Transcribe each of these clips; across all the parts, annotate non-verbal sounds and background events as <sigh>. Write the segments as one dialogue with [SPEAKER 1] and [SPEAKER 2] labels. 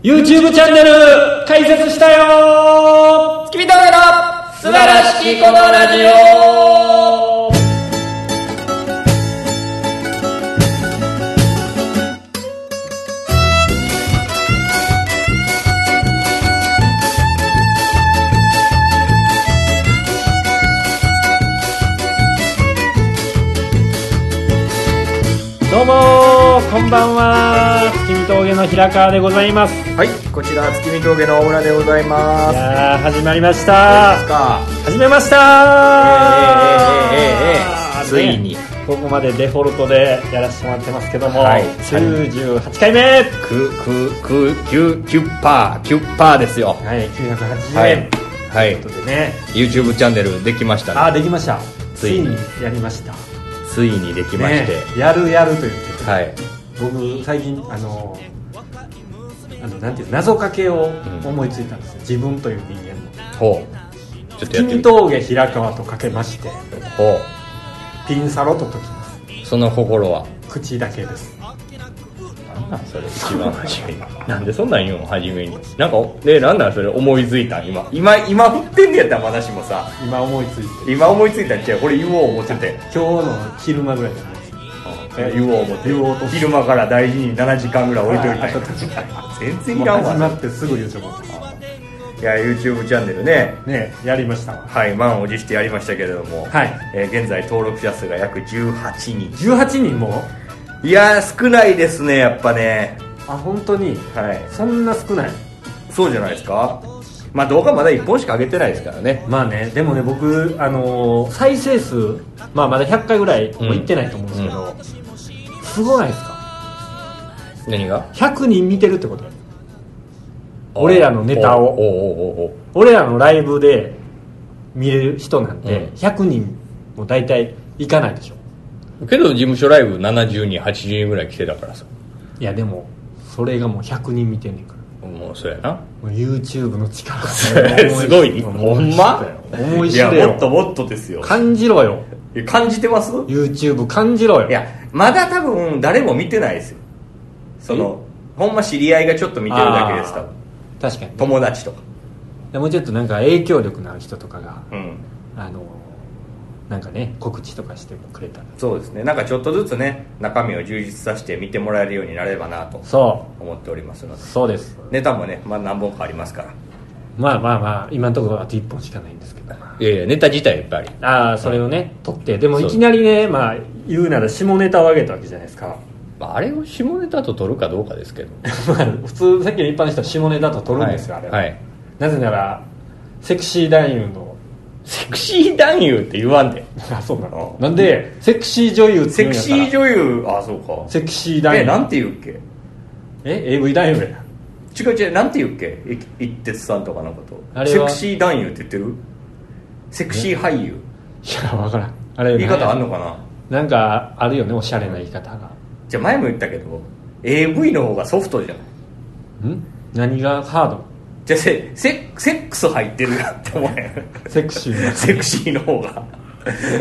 [SPEAKER 1] YouTube チャンネル開設したよ
[SPEAKER 2] 月見峠の素晴らしきこのラジオ
[SPEAKER 1] どうもこんばんは月見峠の平川でございますい
[SPEAKER 2] はいこちら月見峠の大村でございますどう
[SPEAKER 1] やー始まりまし
[SPEAKER 2] です
[SPEAKER 1] た
[SPEAKER 2] か
[SPEAKER 1] 始めました
[SPEAKER 2] ええええええええついに
[SPEAKER 1] ねここまでデフォルトでやらせてもらってますけども、
[SPEAKER 2] はい
[SPEAKER 1] 98回目は
[SPEAKER 2] くくく9 9パー9パーですよ
[SPEAKER 1] い980円、
[SPEAKER 2] はいは
[SPEAKER 1] とい
[SPEAKER 2] いう
[SPEAKER 1] ことでね
[SPEAKER 2] YouTube チャンネルできました
[SPEAKER 1] あ
[SPEAKER 2] ね
[SPEAKER 1] あできましたつ
[SPEAKER 2] つ
[SPEAKER 1] い
[SPEAKER 2] い
[SPEAKER 1] に
[SPEAKER 2] に
[SPEAKER 1] やりました
[SPEAKER 2] ついにできまし
[SPEAKER 1] ね
[SPEAKER 2] て
[SPEAKER 1] やるやると言ってた
[SPEAKER 2] はい
[SPEAKER 1] 僕最近あのあのなんていう謎かけを
[SPEAKER 2] ん
[SPEAKER 1] 思いついたんですよ、自分という人間の
[SPEAKER 2] ほうちょっとやって
[SPEAKER 1] 君
[SPEAKER 2] みて
[SPEAKER 1] 峠平川とかけまして
[SPEAKER 2] ほ
[SPEAKER 1] ピンサロと解きます
[SPEAKER 2] うその心は
[SPEAKER 1] 口だけです
[SPEAKER 2] なんなんそれ一番初 <laughs> めになんでそんなん言うの初めになんかねなんなんそれ思いついたん今今今振ってんねやったら私もさ
[SPEAKER 1] 今思いついて
[SPEAKER 2] 今思いついたん違うこれ言おう思ってて
[SPEAKER 1] 今日の昼間ぐらいじゃないですか
[SPEAKER 2] 言おう思って
[SPEAKER 1] 言おうとして
[SPEAKER 2] 昼間から大事に7時間ぐらい置いといたんや
[SPEAKER 1] ああ
[SPEAKER 2] 全然いらん
[SPEAKER 1] 始ま
[SPEAKER 2] わ
[SPEAKER 1] ってすぐ言うとこね
[SPEAKER 2] いや YouTube チャンネルね
[SPEAKER 1] ねやりましたわ
[SPEAKER 2] はい満を持してやりましたけれども、
[SPEAKER 1] はい
[SPEAKER 2] えー現在登録者数が約18人
[SPEAKER 1] 18人も
[SPEAKER 2] いやー少ないですねやっぱね
[SPEAKER 1] あ本当に
[SPEAKER 2] はい
[SPEAKER 1] そんな少ない
[SPEAKER 2] そうじゃないですかまあ動画まだ1本しか上げてないですからね
[SPEAKER 1] まあねでもね僕、あのー再生数、まあ、まだ100回ぐらいもいってないと思うんですけど、すごないですか
[SPEAKER 2] 何が
[SPEAKER 1] 100人見てるってこと俺らのネタを
[SPEAKER 2] おおうおうおうおう
[SPEAKER 1] 俺らのライブで見れる人なんて
[SPEAKER 2] うん
[SPEAKER 1] 100人も大体いかないでしょ
[SPEAKER 2] けど事務所ライブ70人80人ぐらい来てたからさ
[SPEAKER 1] いやでもそれがもう100人見てんねんから
[SPEAKER 2] もうそうやな
[SPEAKER 1] もう YouTube の力
[SPEAKER 2] <laughs> すごい
[SPEAKER 1] 思
[SPEAKER 2] ほ
[SPEAKER 1] い
[SPEAKER 2] ん
[SPEAKER 1] 知
[SPEAKER 2] ま
[SPEAKER 1] ったよ思い知
[SPEAKER 2] や
[SPEAKER 1] れ
[SPEAKER 2] も
[SPEAKER 1] よ
[SPEAKER 2] っともっとですよ
[SPEAKER 1] 感じろよ
[SPEAKER 2] いや感じてます
[SPEAKER 1] YouTube 感じろよ
[SPEAKER 2] いやまだ多分誰も見てないですよそのほんま知り合いがちょっと見てるだけです多
[SPEAKER 1] あ
[SPEAKER 2] 分
[SPEAKER 1] ー確かに
[SPEAKER 2] 友達とか
[SPEAKER 1] でもうちょっとなんか影響力のある人とかが
[SPEAKER 2] うん
[SPEAKER 1] あのなんかね告知とかしてくれたら
[SPEAKER 2] そうですねなんかちょっとずつね中身を充実させて見てもらえるようになれればなと
[SPEAKER 1] そ
[SPEAKER 2] 思っておりますので
[SPEAKER 1] うそうです
[SPEAKER 2] ネタもね、まあ、何本かありますから
[SPEAKER 1] まあまあまあ今のところあと1本しかないんですけど
[SPEAKER 2] いやいやネタ自体やっぱり
[SPEAKER 1] ああそれをね撮ってでも
[SPEAKER 2] そ
[SPEAKER 1] いうきなりねまあ言うなら下ネタを上げたわけじゃないです
[SPEAKER 2] <laughs>
[SPEAKER 1] か
[SPEAKER 2] まあ、あれを下ネタと取るかどうかですけど
[SPEAKER 1] まあ普通さっきの一般の人は下ネタと撮るんですよ、
[SPEAKER 2] はい
[SPEAKER 1] あれは、
[SPEAKER 2] はい
[SPEAKER 1] なぜならセクシー男優の
[SPEAKER 2] セクシー男優って言わんで
[SPEAKER 1] あそうなの
[SPEAKER 2] うん
[SPEAKER 1] なんでセクシー女優って
[SPEAKER 2] セ
[SPEAKER 1] 言うん
[SPEAKER 2] ク
[SPEAKER 1] やっ
[SPEAKER 2] シ
[SPEAKER 1] たら
[SPEAKER 2] ー女優あそうか
[SPEAKER 1] セクシー男優
[SPEAKER 2] えなんて言うっけ
[SPEAKER 1] え AV 男優や
[SPEAKER 2] 違う違うなんて言うっけい一徹さんとかのこと
[SPEAKER 1] あれ
[SPEAKER 2] セ
[SPEAKER 1] は
[SPEAKER 2] クシー男優って言ってるセクシー俳
[SPEAKER 1] い
[SPEAKER 2] 優
[SPEAKER 1] やわからんあれ
[SPEAKER 2] 言い方あんのかな
[SPEAKER 1] なんかあるよねおしゃれな言い方が
[SPEAKER 2] じゃあ前も言ったけど AV の方がソフトじゃん
[SPEAKER 1] ん何がハード
[SPEAKER 2] じゃあセセセックス入ってるなって思
[SPEAKER 1] <laughs>
[SPEAKER 2] え
[SPEAKER 1] セクシーな
[SPEAKER 2] セクシーの方が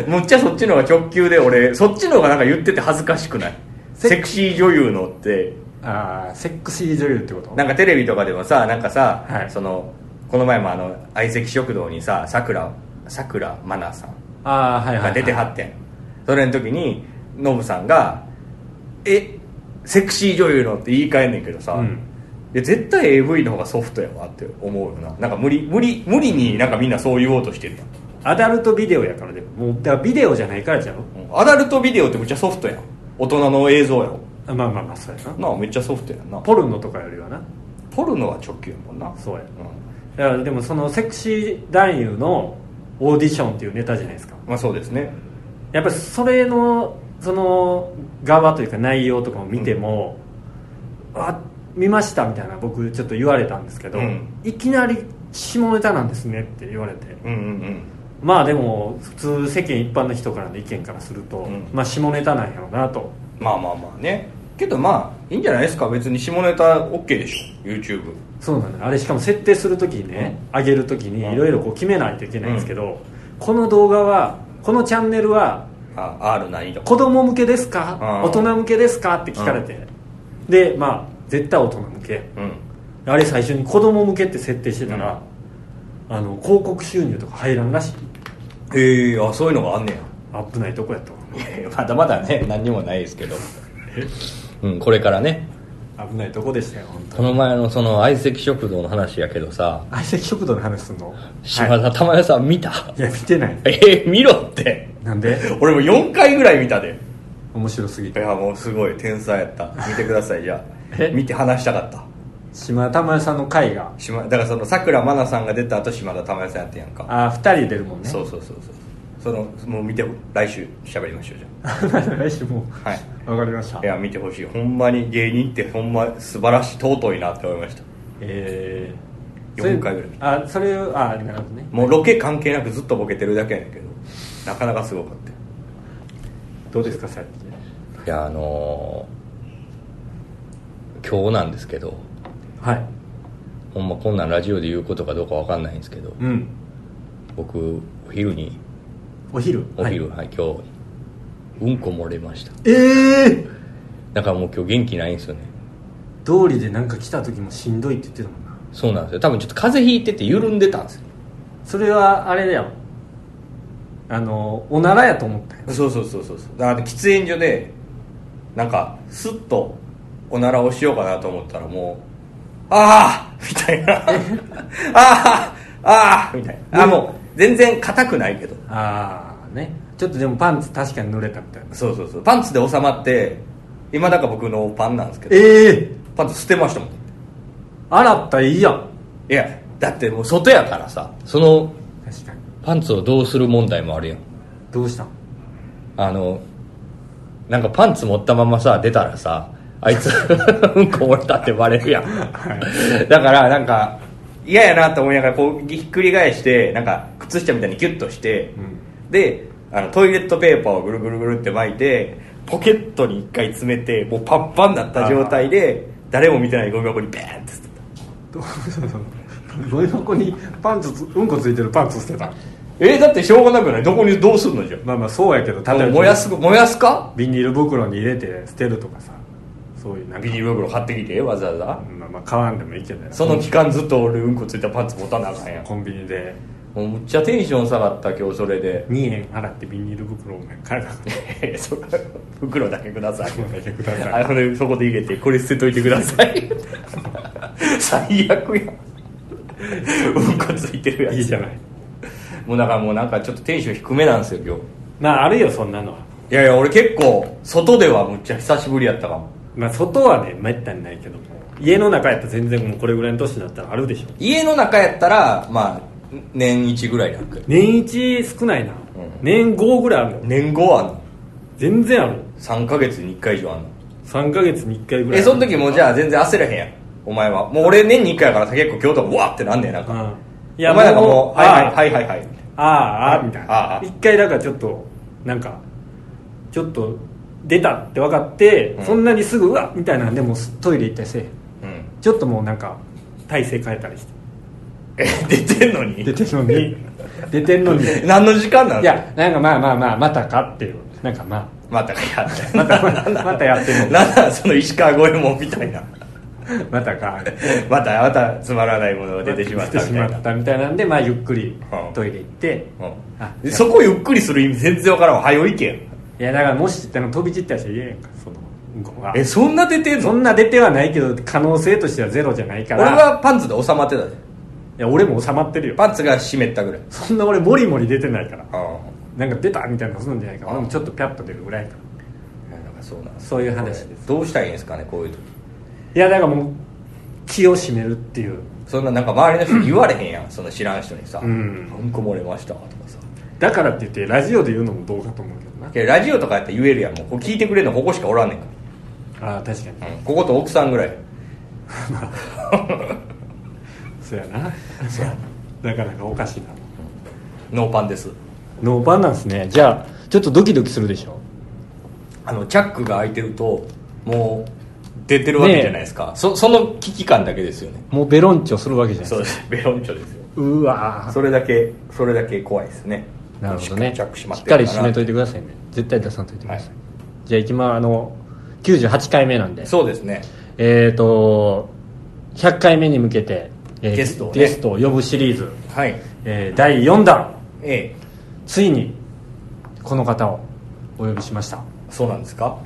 [SPEAKER 2] むっちゃそっちの方が直球で俺そっちの方がなんか言ってて恥ずかしくない
[SPEAKER 1] セ
[SPEAKER 2] セクシー女優のって
[SPEAKER 1] ああセクシー女優ってこと
[SPEAKER 2] なんかテレビとかでもさなんかさ、
[SPEAKER 1] はい
[SPEAKER 2] そのこの前もあの相席食堂にささくらさくらまなさん
[SPEAKER 1] ああはいはい、は
[SPEAKER 2] が
[SPEAKER 1] い、
[SPEAKER 2] 出てはってんそれの時にノブさんが「えセクシー女優の」って言い換えんねんけどさ、
[SPEAKER 1] うん
[SPEAKER 2] いや絶対 AV の方がソフトやわって思うよななんか無理無理無理になんかみんなそう言おうとしてるやん
[SPEAKER 1] アダルトビデオやからでももうだからビデオじゃないからじゃろ
[SPEAKER 2] うんアダルトビデオってめっちゃソフトやん大人の映像やろ
[SPEAKER 1] あまあまあまあそうやな
[SPEAKER 2] なあめっちゃソフトやんなポ
[SPEAKER 1] ポルノとかよりはな
[SPEAKER 2] ポルノは直球やもんな
[SPEAKER 1] そうや
[SPEAKER 2] うん
[SPEAKER 1] いやでもそのセクシー男優のオーディションっていうネタじゃないですか
[SPEAKER 2] まあそうですね
[SPEAKER 1] やっぱりそれのその側というか内容とかを見ても、あ見ましたみたいな僕ちょっと言われたんですけど、
[SPEAKER 2] うん
[SPEAKER 1] いきなり下ネタなんですねって言われて
[SPEAKER 2] うんうん
[SPEAKER 1] まあでも普通世間一般の人からの意見からすると、
[SPEAKER 2] うん
[SPEAKER 1] まあ下ネタなんやろうなと
[SPEAKER 2] うんまあまあまあねけどまあいいんじゃないですか別に下ネタ OK でしょ YouTube
[SPEAKER 1] そうなんだあれしかも設定する時にね、上げる時にいろいろこう決めないといけないんですけど、この動画はこのチャンネルは
[SPEAKER 2] あ R 何とか
[SPEAKER 1] 子供向けですか、
[SPEAKER 2] うん
[SPEAKER 1] 大人向けですかって聞かれて、でまあ絶対大人向け
[SPEAKER 2] うん
[SPEAKER 1] あれ最初に子供向けって設定してたら、あの広告収入とか入らんらしい
[SPEAKER 2] へえあそういうのがあんねや
[SPEAKER 1] 危ないとこやと
[SPEAKER 2] いやまだまだね何にもないですけど、うん、これからね
[SPEAKER 1] 危ないとこでしたよ本当
[SPEAKER 2] こ
[SPEAKER 1] に
[SPEAKER 2] の前のその相席食堂の話やけどさ
[SPEAKER 1] 相席食堂の話すんの
[SPEAKER 2] 島
[SPEAKER 1] は
[SPEAKER 2] 田珠代さん見た、
[SPEAKER 1] い、いや見てない
[SPEAKER 2] えー、見ろって
[SPEAKER 1] なんで
[SPEAKER 2] 俺も4回ぐらい見たで
[SPEAKER 1] 面白すぎ
[SPEAKER 2] い
[SPEAKER 1] て
[SPEAKER 2] やもうすごい天才やった見てくださいじゃあ
[SPEAKER 1] え
[SPEAKER 2] 見て話したかった
[SPEAKER 1] 島田珠代さんの回が
[SPEAKER 2] 島だからそのさくらまなさんが出た後島田珠代さんやってんやんか
[SPEAKER 1] あ二2人出るもんね
[SPEAKER 2] そう
[SPEAKER 1] <laughs>
[SPEAKER 2] そうそうそうそのもう見て来週喋りましょうじ
[SPEAKER 1] 来週も
[SPEAKER 2] ゃあはいう
[SPEAKER 1] わかりました
[SPEAKER 2] いや見てほしいほんまに芸人ってほんま素晴らしい尊いなって思いました
[SPEAKER 1] えー、
[SPEAKER 2] 四回ぐらい
[SPEAKER 1] らいあそれあなるほどね
[SPEAKER 2] もうロケ関係なくずっとボケてるだけやねんけどなかなかすごかったよ
[SPEAKER 1] どうですか最近
[SPEAKER 3] いやあのー今日なんですけど
[SPEAKER 1] はい
[SPEAKER 3] ほんまこんなんラジオで言うことかどうかわかんないんですけど
[SPEAKER 1] うん
[SPEAKER 3] 僕お昼に
[SPEAKER 1] お昼
[SPEAKER 3] お昼
[SPEAKER 1] はい、
[SPEAKER 3] はい、今日うんこ漏れました
[SPEAKER 1] ええ
[SPEAKER 3] だからもう今日元気ないんですよね
[SPEAKER 1] ー、通りでなんか来た時もしんどいって言ってたもんな
[SPEAKER 3] そうなんですよ多分ちょっと風邪ひいてて緩んでたんですよ
[SPEAKER 1] それはあれだよあのおならやと思ったよ
[SPEAKER 2] そうそうそうそうそうだから喫煙所でなんかスッとおならをしようかなと思ったらもうああみたいなああああみたいなあもう全然硬くないけど
[SPEAKER 1] ああねちょっとでもパンツ確かに濡れたみたいな
[SPEAKER 2] そうそうそうパンツで収まって今だから僕のパンなんですけど
[SPEAKER 1] ええ
[SPEAKER 2] パンツ捨てましたもん
[SPEAKER 1] 洗ったらいいやん
[SPEAKER 2] いやだってもう
[SPEAKER 3] 外やからさその
[SPEAKER 1] 確かに
[SPEAKER 3] パンツをどうする問題もあるやん
[SPEAKER 1] どうしたん
[SPEAKER 3] あのなんかパンツ持ったままさ出たらさあ
[SPEAKER 2] <laughs>
[SPEAKER 3] いつうんこ漏れたってバレるやん
[SPEAKER 2] だからなんか嫌やなと思いながらこうひっくり返してなんか靴下みたいにキュッとして、であのトイレットペーパーをぐるぐるぐるって巻いてポケットに一回詰めてもうパンパンだった状態で誰も見てないゴミ箱にベーンって捨て
[SPEAKER 1] ど
[SPEAKER 2] た
[SPEAKER 1] うしたのゴミ箱にパンツつうんこついてるパンツ捨てた
[SPEAKER 2] えだってしょうがなくないどこにどうすんのじゃ
[SPEAKER 1] まあまあそうやけど
[SPEAKER 2] あ
[SPEAKER 1] 例えば
[SPEAKER 2] 燃やす燃やすか
[SPEAKER 1] ビニール袋に入れて捨てるとかさそういうなんか
[SPEAKER 2] ビニール袋貼ってきてわざわざ
[SPEAKER 1] まあまあ買わんでもいいけどな
[SPEAKER 2] その期間ずっと俺うんこついたパンツ持たなあかんやん
[SPEAKER 1] コンビニで
[SPEAKER 2] もうむっちゃテンション下がった今日それで
[SPEAKER 1] 2円払ってビニール袋を買えなかった
[SPEAKER 2] <laughs> そ袋だけください
[SPEAKER 1] だけください
[SPEAKER 2] あほんでそこで入れてこれ捨てといてください最悪やうんこついてるやつ
[SPEAKER 1] いいじゃない
[SPEAKER 2] もうだからもうなんかちょっとテンション低めなんですよ今
[SPEAKER 1] まああるよそんなのは、
[SPEAKER 2] 日いやいや俺結構外ではむっちゃ久しぶりやったかも
[SPEAKER 1] まあ、外はねめったにないけども家の中やったら全然もうこれぐらいの年だったらあるでしょ
[SPEAKER 2] 家の中やったらまあ年一ぐらいなんか
[SPEAKER 1] 年一少ないな、年5ぐらいあるよ
[SPEAKER 2] 年後はあんの
[SPEAKER 1] 全然ある
[SPEAKER 2] 3ヶ月に1回以上あんの
[SPEAKER 1] 3ヶ月に1回ぐらい
[SPEAKER 2] えその時もうじゃあ全然焦らへんやんお前はもう俺年に1回やからさ結構今日とかわーってなんねんなん
[SPEAKER 1] う
[SPEAKER 2] か、
[SPEAKER 1] んい
[SPEAKER 2] いやお前なんかもう
[SPEAKER 1] あ
[SPEAKER 2] は
[SPEAKER 1] ー
[SPEAKER 2] いはいはいはいはい
[SPEAKER 1] あーあーみたい
[SPEAKER 2] あーあ
[SPEAKER 1] な
[SPEAKER 2] ー
[SPEAKER 1] 一回だからちょっとなんかちょっと出たって分かって、
[SPEAKER 2] うん
[SPEAKER 1] そんなにすぐうわっみたいなんでもうトイレ行ったりせえへん
[SPEAKER 2] うん
[SPEAKER 1] ちょっともうなんか体勢変えたりして
[SPEAKER 2] え出てんのに
[SPEAKER 1] 出てんのに <laughs> 出てんのにい
[SPEAKER 2] 何の時間なの
[SPEAKER 1] やなんかまあまあまあまたかっていうなんかま
[SPEAKER 2] またかやっ
[SPEAKER 1] あ
[SPEAKER 2] て
[SPEAKER 1] ま
[SPEAKER 2] <laughs>
[SPEAKER 1] たまたやってんのに
[SPEAKER 2] なんだその石川五右衛門みたいな
[SPEAKER 1] またか
[SPEAKER 2] またまたつまらないものが出てしまっ
[SPEAKER 1] 出
[SPEAKER 2] た
[SPEAKER 1] て
[SPEAKER 2] みたい
[SPEAKER 1] しま
[SPEAKER 2] な
[SPEAKER 1] ったみたいなんでまあゆっくり
[SPEAKER 2] うん
[SPEAKER 1] トイレ行って、
[SPEAKER 2] うん
[SPEAKER 1] あ
[SPEAKER 2] でそこゆっくりする意味全然わからんわはよ行けや
[SPEAKER 1] いやだからもしあの飛び散ったりしたら言えへんかそのうんこが
[SPEAKER 2] えそんな出てん
[SPEAKER 1] そ
[SPEAKER 2] の
[SPEAKER 1] んな出てはないけど可能性としてはゼロじゃないか
[SPEAKER 2] 俺
[SPEAKER 1] ら
[SPEAKER 2] はパンツで収まってたで
[SPEAKER 1] いや俺も収まってるよ
[SPEAKER 2] パンツが湿ったぐらい
[SPEAKER 1] そんな俺モリモリ出てないから
[SPEAKER 2] あ
[SPEAKER 1] なんか出たみたいなのするんじゃないから俺もちょっとピャッと出るぐらいやから
[SPEAKER 2] あなんかそうなんです
[SPEAKER 1] そういう話です
[SPEAKER 2] どうしたらいいんですかねこういう時
[SPEAKER 1] いやだからもう気を締めるっていう
[SPEAKER 2] そんななんか周りの人に言われへんや
[SPEAKER 1] <clears throat>
[SPEAKER 2] んその知らん人にさ「
[SPEAKER 1] う
[SPEAKER 2] うんんこ漏れました」とかさ
[SPEAKER 1] だからって言ってラジオで言うのもどうかと思うけどな
[SPEAKER 2] けどラジオとかやったら言えるやんもうこう聞いてくれるのここしかおらんねんか
[SPEAKER 1] ああ確かに
[SPEAKER 2] ら、うん、ここと奥さんぐらい
[SPEAKER 1] そうやなそうやなかなかおかしいな
[SPEAKER 2] ノーパンです
[SPEAKER 1] ノーパンなんですねじゃあちょっとドキドキするでしょ
[SPEAKER 2] あのチャックが開いてるともう出てるわけじゃないですか、そその危機感だけですよね
[SPEAKER 1] もうベロンチョするわけじゃないです
[SPEAKER 2] そうです <laughs> ベロンチョですよ
[SPEAKER 1] うわ
[SPEAKER 2] それだけそれだけ怖いですね
[SPEAKER 1] ーなるほどね
[SPEAKER 2] チャック閉ま
[SPEAKER 1] し
[SPEAKER 2] っ
[SPEAKER 1] ってか
[SPEAKER 2] るら
[SPEAKER 1] り締めといてくださいね絶対出さんといてください、
[SPEAKER 2] は
[SPEAKER 1] じゃあ行きまあの98回目なんで
[SPEAKER 2] そうですね
[SPEAKER 1] えー、と100回目に向けて、え
[SPEAKER 2] ゲストをね
[SPEAKER 1] ゲストを呼ぶシリーズ、
[SPEAKER 2] はい
[SPEAKER 1] えー第4弾
[SPEAKER 2] ええ
[SPEAKER 1] ついにこの方をお呼びしました
[SPEAKER 2] そうなんですか、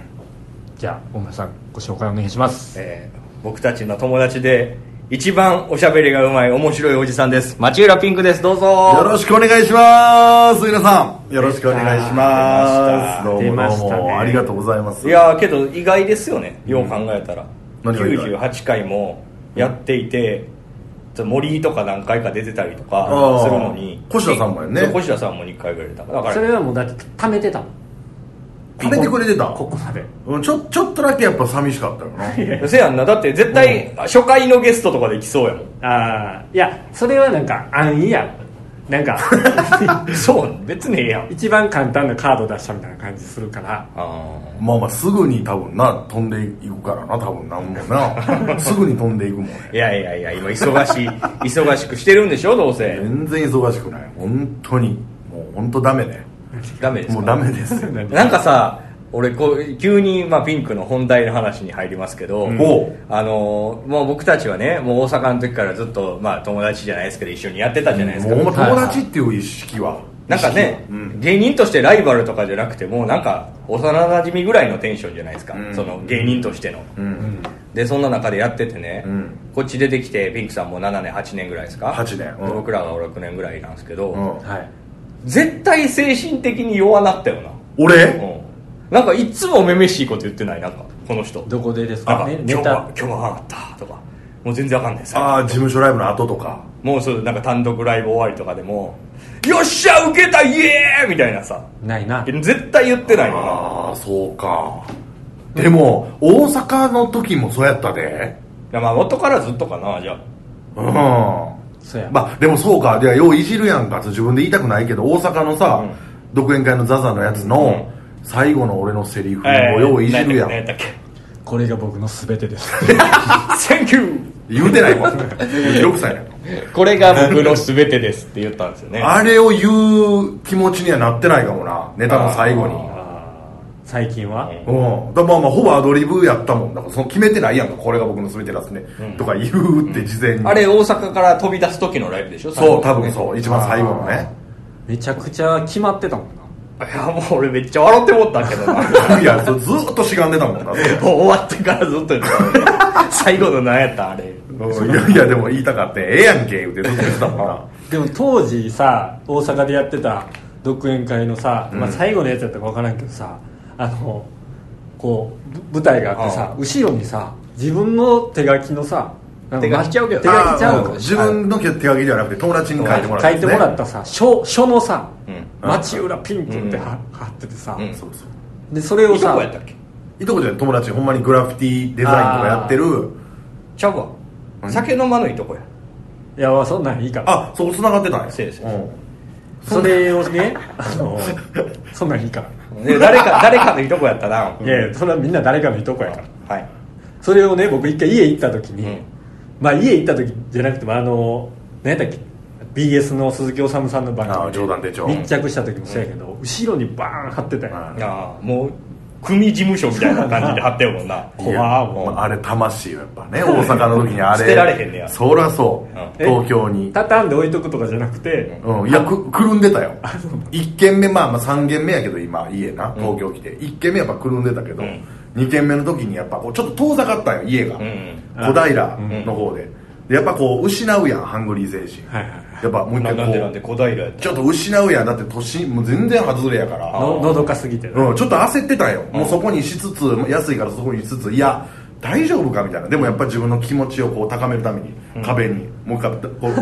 [SPEAKER 1] じゃあ大村さんご紹介お願いします
[SPEAKER 2] ええ僕たちの友達で一番おしゃべりがうまい面白いおじさんです町浦ピンクですどうぞ
[SPEAKER 4] よろしくお願いします皆さんよろしくお願いしますどう
[SPEAKER 1] 出
[SPEAKER 4] も
[SPEAKER 1] ま
[SPEAKER 4] どう
[SPEAKER 1] した
[SPEAKER 4] も、
[SPEAKER 1] ね
[SPEAKER 4] ありがとうございます
[SPEAKER 2] いやーけど意外ですよねよう考えたら、
[SPEAKER 4] 何が意外
[SPEAKER 2] 98回もやっていて、ちょっと森とか何回か出てたりとか
[SPEAKER 4] あー
[SPEAKER 2] するのに
[SPEAKER 4] 越田さんもやね
[SPEAKER 2] そう越田さんも2回ぐらい出ただから
[SPEAKER 1] それはもうだって貯めてたもん
[SPEAKER 4] 食べてくれてた
[SPEAKER 1] ここまで
[SPEAKER 4] うんちょちょっとだけやっぱ寂しかったよな
[SPEAKER 2] せやんなだって絶対初回のゲストとかできそうやもん
[SPEAKER 1] ああいやそれはなんか安易やなん <laughs> か
[SPEAKER 2] そう別にええやん
[SPEAKER 1] 一番簡単なカード出したみたいな感じするから
[SPEAKER 2] あ
[SPEAKER 4] まあまあすぐに多分な飛んでいくからな多分なんもなすぐに飛んでいくもんね
[SPEAKER 2] ーいやいやいや今忙しい忙しくしてるんでしょどうせ
[SPEAKER 4] 全然忙しくない本当にもう本当ダメね
[SPEAKER 2] ダメですか
[SPEAKER 4] もうダメですよ
[SPEAKER 2] なんかさ俺こう急に、まあ、ピンクの本題の話に入りますけど、
[SPEAKER 4] おう
[SPEAKER 2] あのーもう僕たちはねもう大阪の時からずっと、まあ、友達じゃないですけど一緒にやってたじゃないですか、
[SPEAKER 4] もうほんま友達っていう意識は
[SPEAKER 2] なんかね、
[SPEAKER 4] うん
[SPEAKER 2] 芸人としてライバルとかじゃなくてもうなんか幼なじみぐらいのテンションじゃないですか、
[SPEAKER 4] うん
[SPEAKER 2] その芸人としての、
[SPEAKER 4] うん
[SPEAKER 2] でそんな中でやっててね、
[SPEAKER 4] うん
[SPEAKER 2] こっち出てきてピンクさんも7年8年ぐらいですか
[SPEAKER 4] 8年うん
[SPEAKER 2] で僕らが6年ぐらいなんですけど、
[SPEAKER 4] うん
[SPEAKER 1] はい
[SPEAKER 2] 絶対精神的に弱なったよな
[SPEAKER 4] 俺
[SPEAKER 2] うん、なんかいつもめめしいこと言ってないなんかこの人
[SPEAKER 1] どこでです
[SPEAKER 2] なん
[SPEAKER 1] か
[SPEAKER 2] か、
[SPEAKER 1] ね
[SPEAKER 2] 今日
[SPEAKER 1] ネ
[SPEAKER 2] は
[SPEAKER 1] タ
[SPEAKER 2] 今日はあったとかもう全然わかんないです
[SPEAKER 4] ああ事務所ライブの後とか
[SPEAKER 2] もうそうなんか単独ライブ終わりとかでも「よっしゃ受けたイエーイ!」みたいなさ
[SPEAKER 1] ないな
[SPEAKER 2] 絶対言ってないよな
[SPEAKER 4] ああそうかでも大阪の時もそうやったで
[SPEAKER 2] いやまあ元からずっとかなじゃあ
[SPEAKER 4] うん
[SPEAKER 1] そうや
[SPEAKER 4] まあでもそうかいやよういじるやんか自分で言いたくないけど大阪のさ、
[SPEAKER 2] うん
[SPEAKER 4] 独演会のザザのやつの、最後の俺のセリフもよういじるやん、
[SPEAKER 2] 何だっけ
[SPEAKER 1] これが僕の全てです
[SPEAKER 2] センキュー
[SPEAKER 4] 言うてないもん6歳やん
[SPEAKER 2] これが僕の全てですって言ったんですよね
[SPEAKER 4] あれを言う気持ちにはなってないかもなネタの最後に
[SPEAKER 1] 最近は
[SPEAKER 4] うん、だからまあまあほぼアドリブやったもんだからその決めてないやんかこれが僕の全てですね、とか言うって事前に、
[SPEAKER 2] あれ大阪から飛び出す時のライブでしょ
[SPEAKER 4] そう多分そう一番最後のね
[SPEAKER 1] めちゃくちゃ決まってたもんない
[SPEAKER 2] やもう俺めっちゃ笑ってもったけどな <laughs>
[SPEAKER 4] <laughs> いやそうずーっとしがんでたもんなそれ
[SPEAKER 2] もう終わってからずっと言ってた
[SPEAKER 4] <laughs>
[SPEAKER 2] 最後の何やったんあれ
[SPEAKER 4] うんいやいやでも言いたかってええやんけ言うてずっと言ってたもんな
[SPEAKER 1] でも当時さ大阪でやってた独演会のさ、まあ、最後のやつやったか分からんけどさあのこうぶ舞台があってさ
[SPEAKER 2] あ
[SPEAKER 1] 後ろにさ自分の手書きのさなんか
[SPEAKER 2] 手書きちゃうけど
[SPEAKER 1] 手書きちゃう
[SPEAKER 4] あ
[SPEAKER 1] か
[SPEAKER 4] ーん自分の手書きではなくて友達に書いてもらった
[SPEAKER 1] 書い
[SPEAKER 4] やつ
[SPEAKER 1] て
[SPEAKER 4] ね
[SPEAKER 1] もらったさ書書のさ
[SPEAKER 2] うん
[SPEAKER 1] 「町浦ピンク」っては貼っててさ、
[SPEAKER 2] うん
[SPEAKER 4] そうそう
[SPEAKER 1] でそれを
[SPEAKER 2] いと
[SPEAKER 1] さ
[SPEAKER 2] こやったっけ
[SPEAKER 4] いとこじゃない友達ほんまにグラフィティデザインとかやってる
[SPEAKER 2] ちゃうわ酒飲まぬいとこや
[SPEAKER 1] いやまあそんなんいいから
[SPEAKER 4] あそこ繋がってたんや
[SPEAKER 2] そうですそう
[SPEAKER 4] う
[SPEAKER 2] で
[SPEAKER 4] ん
[SPEAKER 1] それをねあ
[SPEAKER 2] <laughs>
[SPEAKER 1] のそんなんいいから
[SPEAKER 2] で誰か
[SPEAKER 4] <laughs>
[SPEAKER 2] 誰かのいとこやったな、
[SPEAKER 1] いやいやそれはみんな誰かのいとこやから
[SPEAKER 2] はい
[SPEAKER 1] それをね僕一回家行った時に、
[SPEAKER 2] うん
[SPEAKER 1] まあ家行った時じゃなくてもあの何やったっけ BS の鈴木おさむさんの番
[SPEAKER 4] あー冗
[SPEAKER 1] 組
[SPEAKER 4] 談手帳
[SPEAKER 1] 密着した時もそうやけど、後ろにバーン貼ってたやん、
[SPEAKER 4] うん
[SPEAKER 2] ああもう組事務所みたいな感じで貼ってるもんな
[SPEAKER 4] <laughs> いや
[SPEAKER 1] 怖っもう
[SPEAKER 4] まああれ魂よやっぱね大阪の時にあれ
[SPEAKER 2] 捨てられへんねや
[SPEAKER 4] そりゃそう、
[SPEAKER 2] うん
[SPEAKER 4] 東京に
[SPEAKER 1] 畳んで置いとくとかじゃなくて、
[SPEAKER 4] うん、いやくくるんでたよ1軒目まあまあ3軒目やけど今家な東京来て、一1軒目やっぱくるんでたけど、
[SPEAKER 2] うん
[SPEAKER 4] 二2軒目の時にやっぱこうちょっと遠ざかったんよ家が、
[SPEAKER 2] うん
[SPEAKER 4] 小平の方で,、でやっぱこう失うやんハングリー精神、
[SPEAKER 1] はいはいはい
[SPEAKER 4] やっぱもう一
[SPEAKER 2] な
[SPEAKER 4] 回こ
[SPEAKER 2] なんでなんで
[SPEAKER 4] う
[SPEAKER 2] 小平やった
[SPEAKER 4] ちょっと失うやんだって年もう全然外れやから
[SPEAKER 1] ののどかすぎてね、
[SPEAKER 4] うん、ちょっと焦ってたんよ、もうそこにしつつ安いからそこにしつついや大丈夫かみたいなでもやっぱ自分の気持ちをこう高めるために、壁にもう一回こ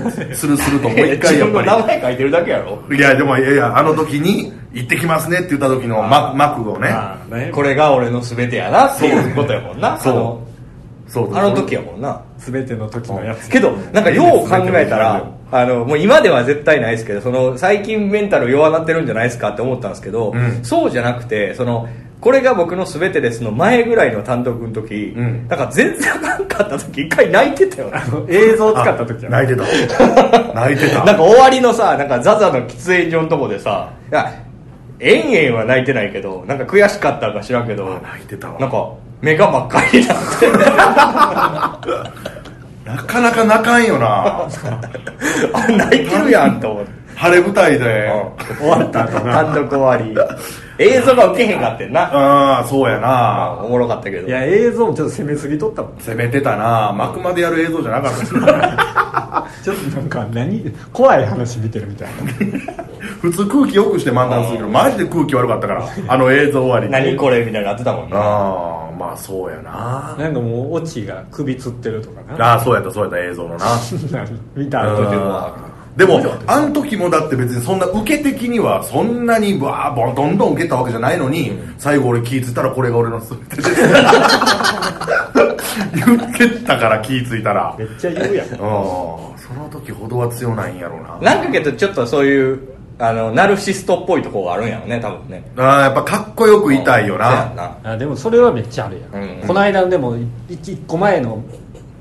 [SPEAKER 4] うするするともう一回やっ
[SPEAKER 2] <laughs>
[SPEAKER 4] ぱり
[SPEAKER 2] 自分の名前書いてるだけやろ
[SPEAKER 4] いやでもいやいやあの時に「行ってきますね」って言った時のマ幕をね
[SPEAKER 1] まあね
[SPEAKER 2] これが俺の全てやなっていうことやもんな
[SPEAKER 4] そう
[SPEAKER 2] あの
[SPEAKER 4] そう
[SPEAKER 2] あの時やもんな
[SPEAKER 1] 全ての時のやつ
[SPEAKER 2] <laughs> けどなんかよう考えたらあのもう今では絶対ないですけどその最近メンタル弱なってるんじゃないですかって思ったんですけど、
[SPEAKER 4] うん
[SPEAKER 2] そうじゃなくてそのこれが僕の全てですの前ぐらいの単独の時、
[SPEAKER 4] うん
[SPEAKER 2] なんか全然なんかあった時一回泣いてたよな
[SPEAKER 1] 映像を使
[SPEAKER 4] <laughs> あ
[SPEAKER 1] った時や
[SPEAKER 4] 泣いてた泣いて
[SPEAKER 2] なん
[SPEAKER 4] た
[SPEAKER 2] か終わりのさなんかザザの喫煙所のとこでさいやえんえんは泣いてないけどなんか悔しかったか知らんけど
[SPEAKER 4] あ泣いてたわ
[SPEAKER 2] なんか目が真っ赤になって
[SPEAKER 4] なかなか泣かんよな
[SPEAKER 2] <laughs> あ泣いてるやんと思って
[SPEAKER 4] 晴れ舞台で
[SPEAKER 2] 終わった後な単独終わり映像が受けへんかってんな
[SPEAKER 4] ああそうや
[SPEAKER 2] あ
[SPEAKER 4] な
[SPEAKER 2] おもろかったけど
[SPEAKER 1] いや映像もちょっと攻めすぎとったもん
[SPEAKER 4] 攻めてたな幕までやる映像じゃなかったしな
[SPEAKER 1] ちょっとなんか何怖い話見てるみたいな
[SPEAKER 4] 普通空気よくして漫談するけどマジで空気悪かったからあの映像終わり
[SPEAKER 2] 何これみたいなのやってたもんな
[SPEAKER 4] ああまあそうや
[SPEAKER 1] <laughs>
[SPEAKER 4] な
[SPEAKER 1] なんかもうオチが首つってるとか <laughs> な
[SPEAKER 4] ああそうやったそうやった映像のな
[SPEAKER 1] 見た後
[SPEAKER 4] うん
[SPEAKER 1] で
[SPEAKER 4] でもあの時もだって別にそんな受け的にはそんなにわあボンどんどん受けたわけじゃないのに、最後俺気ぃついたらこれが俺の全て
[SPEAKER 2] <laughs>
[SPEAKER 4] です言ってたから気ぃついたら
[SPEAKER 1] めっちゃ言うやん
[SPEAKER 4] うんその時ほどは強ないんやろうな
[SPEAKER 2] なんかけどちょっとそういうあのナルシストっぽいとこがあるんやろね多分ね
[SPEAKER 4] あーやっぱかっこよくいたいよ
[SPEAKER 2] そうやん
[SPEAKER 4] な
[SPEAKER 1] あでもそれはめっちゃあるやん、
[SPEAKER 2] うん
[SPEAKER 1] この間でも一一個前の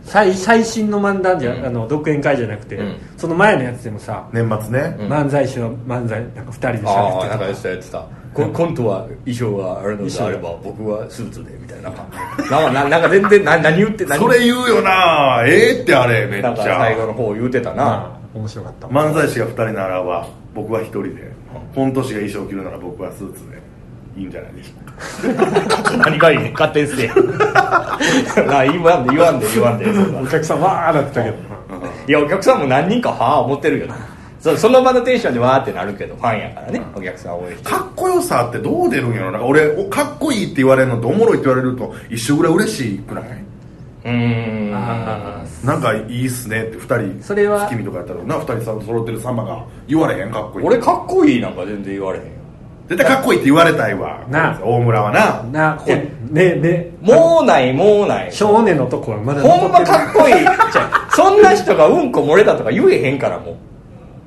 [SPEAKER 1] 最最新の漫談じゃ、
[SPEAKER 2] うん
[SPEAKER 1] あの独演会じゃなくて、
[SPEAKER 2] うん
[SPEAKER 1] その前のやつでもさ、
[SPEAKER 4] 年末ね
[SPEAKER 2] ん
[SPEAKER 1] 漫才師の漫才なんか2人で
[SPEAKER 2] あ
[SPEAKER 1] 喋っ
[SPEAKER 2] あ
[SPEAKER 1] て
[SPEAKER 2] な
[SPEAKER 1] た
[SPEAKER 2] んかやってたやってたこコントは衣装があるのであれば僕はスーツでみたいななんかななんか全然な何言って何
[SPEAKER 4] それ言うよなええってあれめっち
[SPEAKER 2] なんか最後
[SPEAKER 4] ゃ
[SPEAKER 2] の方言うてたな
[SPEAKER 1] あ面白かった
[SPEAKER 4] 漫才師が2人ならば僕は1人でコント師が衣装着るなら僕はスーツでいいんじゃないでしょうか
[SPEAKER 2] 何がいいね勝手にせえ <laughs> な言わんで言わんで言わんでそんな
[SPEAKER 1] お客さんわーなってたけどない
[SPEAKER 2] やお客さんも何人かはあ思ってるよなそその場のテンションでわーってなるけどファンやからねお客さん応援して
[SPEAKER 4] かっこよさってどう出るんやろなんか俺おかっこいいって言われるのとおもろいって言われると一緒ぐらい嬉しくないう
[SPEAKER 2] ーん
[SPEAKER 1] あー
[SPEAKER 4] なんかいいっすねって2人
[SPEAKER 1] それは
[SPEAKER 4] 月見とかやったらな2人さん揃ってる様が言われへんかっこいい
[SPEAKER 2] 俺かっこいいなんか全然言われへんよ
[SPEAKER 4] 絶対かっこいいって言われたいわ
[SPEAKER 1] な
[SPEAKER 4] 大村はな
[SPEAKER 1] なこ
[SPEAKER 2] いや
[SPEAKER 1] ねね
[SPEAKER 2] もうないもうない
[SPEAKER 1] 少年のとこはまだ残って
[SPEAKER 2] ほ
[SPEAKER 1] る
[SPEAKER 2] んまかっこいいちゃうそんな人がうんこ漏れたとか言えへんからもう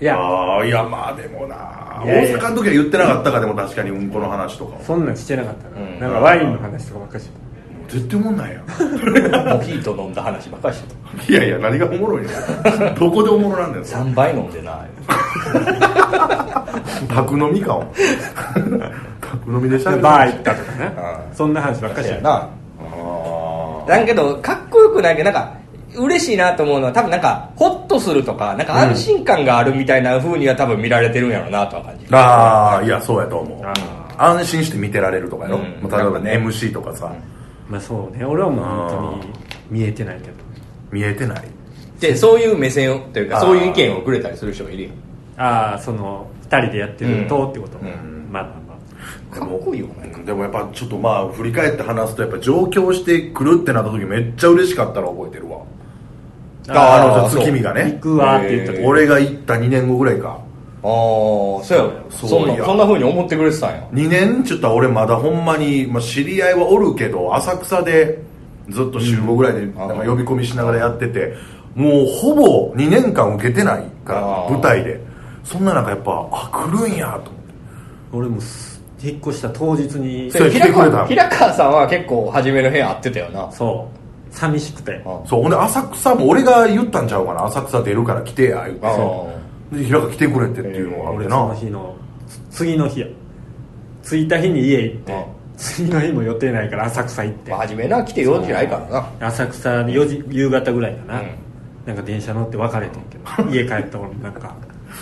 [SPEAKER 1] いや
[SPEAKER 4] ああいやまあでもない
[SPEAKER 1] やい
[SPEAKER 4] 大
[SPEAKER 1] や
[SPEAKER 4] 阪の時は言ってなかったかでも確かにうんこの話とかは
[SPEAKER 1] そんなんしてなかったな、
[SPEAKER 2] うん
[SPEAKER 1] なんかワインの話とかばっかりして
[SPEAKER 4] 絶対おもんないやん <laughs>
[SPEAKER 2] モヒート飲んだ話ばっかりしてた
[SPEAKER 4] いやいや何がおもろいねんどこでおもろなん
[SPEAKER 1] <laughs>
[SPEAKER 4] だよそれ
[SPEAKER 2] 3倍飲んでな
[SPEAKER 4] 宅飲み
[SPEAKER 1] <laughs>
[SPEAKER 4] かお前宅飲みでし
[SPEAKER 1] た
[SPEAKER 4] ゃべ
[SPEAKER 1] で
[SPEAKER 4] る
[SPEAKER 1] バー行ったとかね
[SPEAKER 2] うん
[SPEAKER 1] そんな話ばっかりして
[SPEAKER 2] やな
[SPEAKER 4] あ
[SPEAKER 2] だけどかっこよくないけどなんか嬉しいなと思うのは多分なんかホッとするとかなんか安心感があるみたいな風には多分見られてるんやろうなとは感じる
[SPEAKER 4] ーあーいやそうやと思う
[SPEAKER 1] あー
[SPEAKER 4] 安心して見てられるとか
[SPEAKER 2] う
[SPEAKER 4] よ、
[SPEAKER 2] ん
[SPEAKER 4] まあ例えばね MC とかさ、
[SPEAKER 1] まあそうね俺はもう本当に見えてないけど
[SPEAKER 4] 見えてない
[SPEAKER 2] でそういう目線をというか
[SPEAKER 4] あー
[SPEAKER 2] そういう意見をくれたりする人がいるよ
[SPEAKER 1] ああその2人でやってると、
[SPEAKER 2] うん
[SPEAKER 1] ってこと、
[SPEAKER 2] ん
[SPEAKER 1] まあまあま
[SPEAKER 2] かっこいいよね
[SPEAKER 4] うんでもやっぱちょっとまあ振り返って話すとやっぱ上京してくるってなった時めっちゃ嬉しかったの覚えてるわ
[SPEAKER 2] あー
[SPEAKER 4] ああの
[SPEAKER 2] そう
[SPEAKER 4] 月見が
[SPEAKER 1] あ
[SPEAKER 4] ね
[SPEAKER 1] 行くわって言った時、
[SPEAKER 2] へー
[SPEAKER 4] 俺が行った2年後ぐらいか
[SPEAKER 2] ああそうやろ
[SPEAKER 4] そ
[SPEAKER 2] そううそん
[SPEAKER 4] いや
[SPEAKER 2] なそんな風に思ってくれてたんや
[SPEAKER 4] 2年ちょっと俺まだほんまに、まあ、知り合いはおるけど浅草でずっと週5ぐらいでなんか呼び込みしながらやっててもうほぼ2年間受けてないから
[SPEAKER 2] あー
[SPEAKER 4] 舞台でそんな中やっぱあ来るんやと思って
[SPEAKER 1] 俺もす引っ越した当日に
[SPEAKER 4] そうや来て
[SPEAKER 2] 平
[SPEAKER 4] くれた
[SPEAKER 2] 川平川さんは結構初めの部屋合ってたよな
[SPEAKER 1] そう寂しくて
[SPEAKER 2] あ
[SPEAKER 4] そうほんで浅草も俺が言ったんちゃうかな浅草出るから来てや言って
[SPEAKER 2] あ
[SPEAKER 4] で平川来てくれてっていうのがあっ
[SPEAKER 1] 俺
[SPEAKER 4] て
[SPEAKER 1] そ
[SPEAKER 4] な、
[SPEAKER 1] の日のつ次の日や着いた日に家行って
[SPEAKER 2] あ
[SPEAKER 1] 次の日も予定ないから浅草行って
[SPEAKER 2] まあ初めな来てようじゃないからな
[SPEAKER 1] 浅草で4時夕方ぐらいかな、
[SPEAKER 2] うん
[SPEAKER 1] なんか電車乗って別れてんけ
[SPEAKER 2] <laughs>
[SPEAKER 1] ど家帰った俺なんか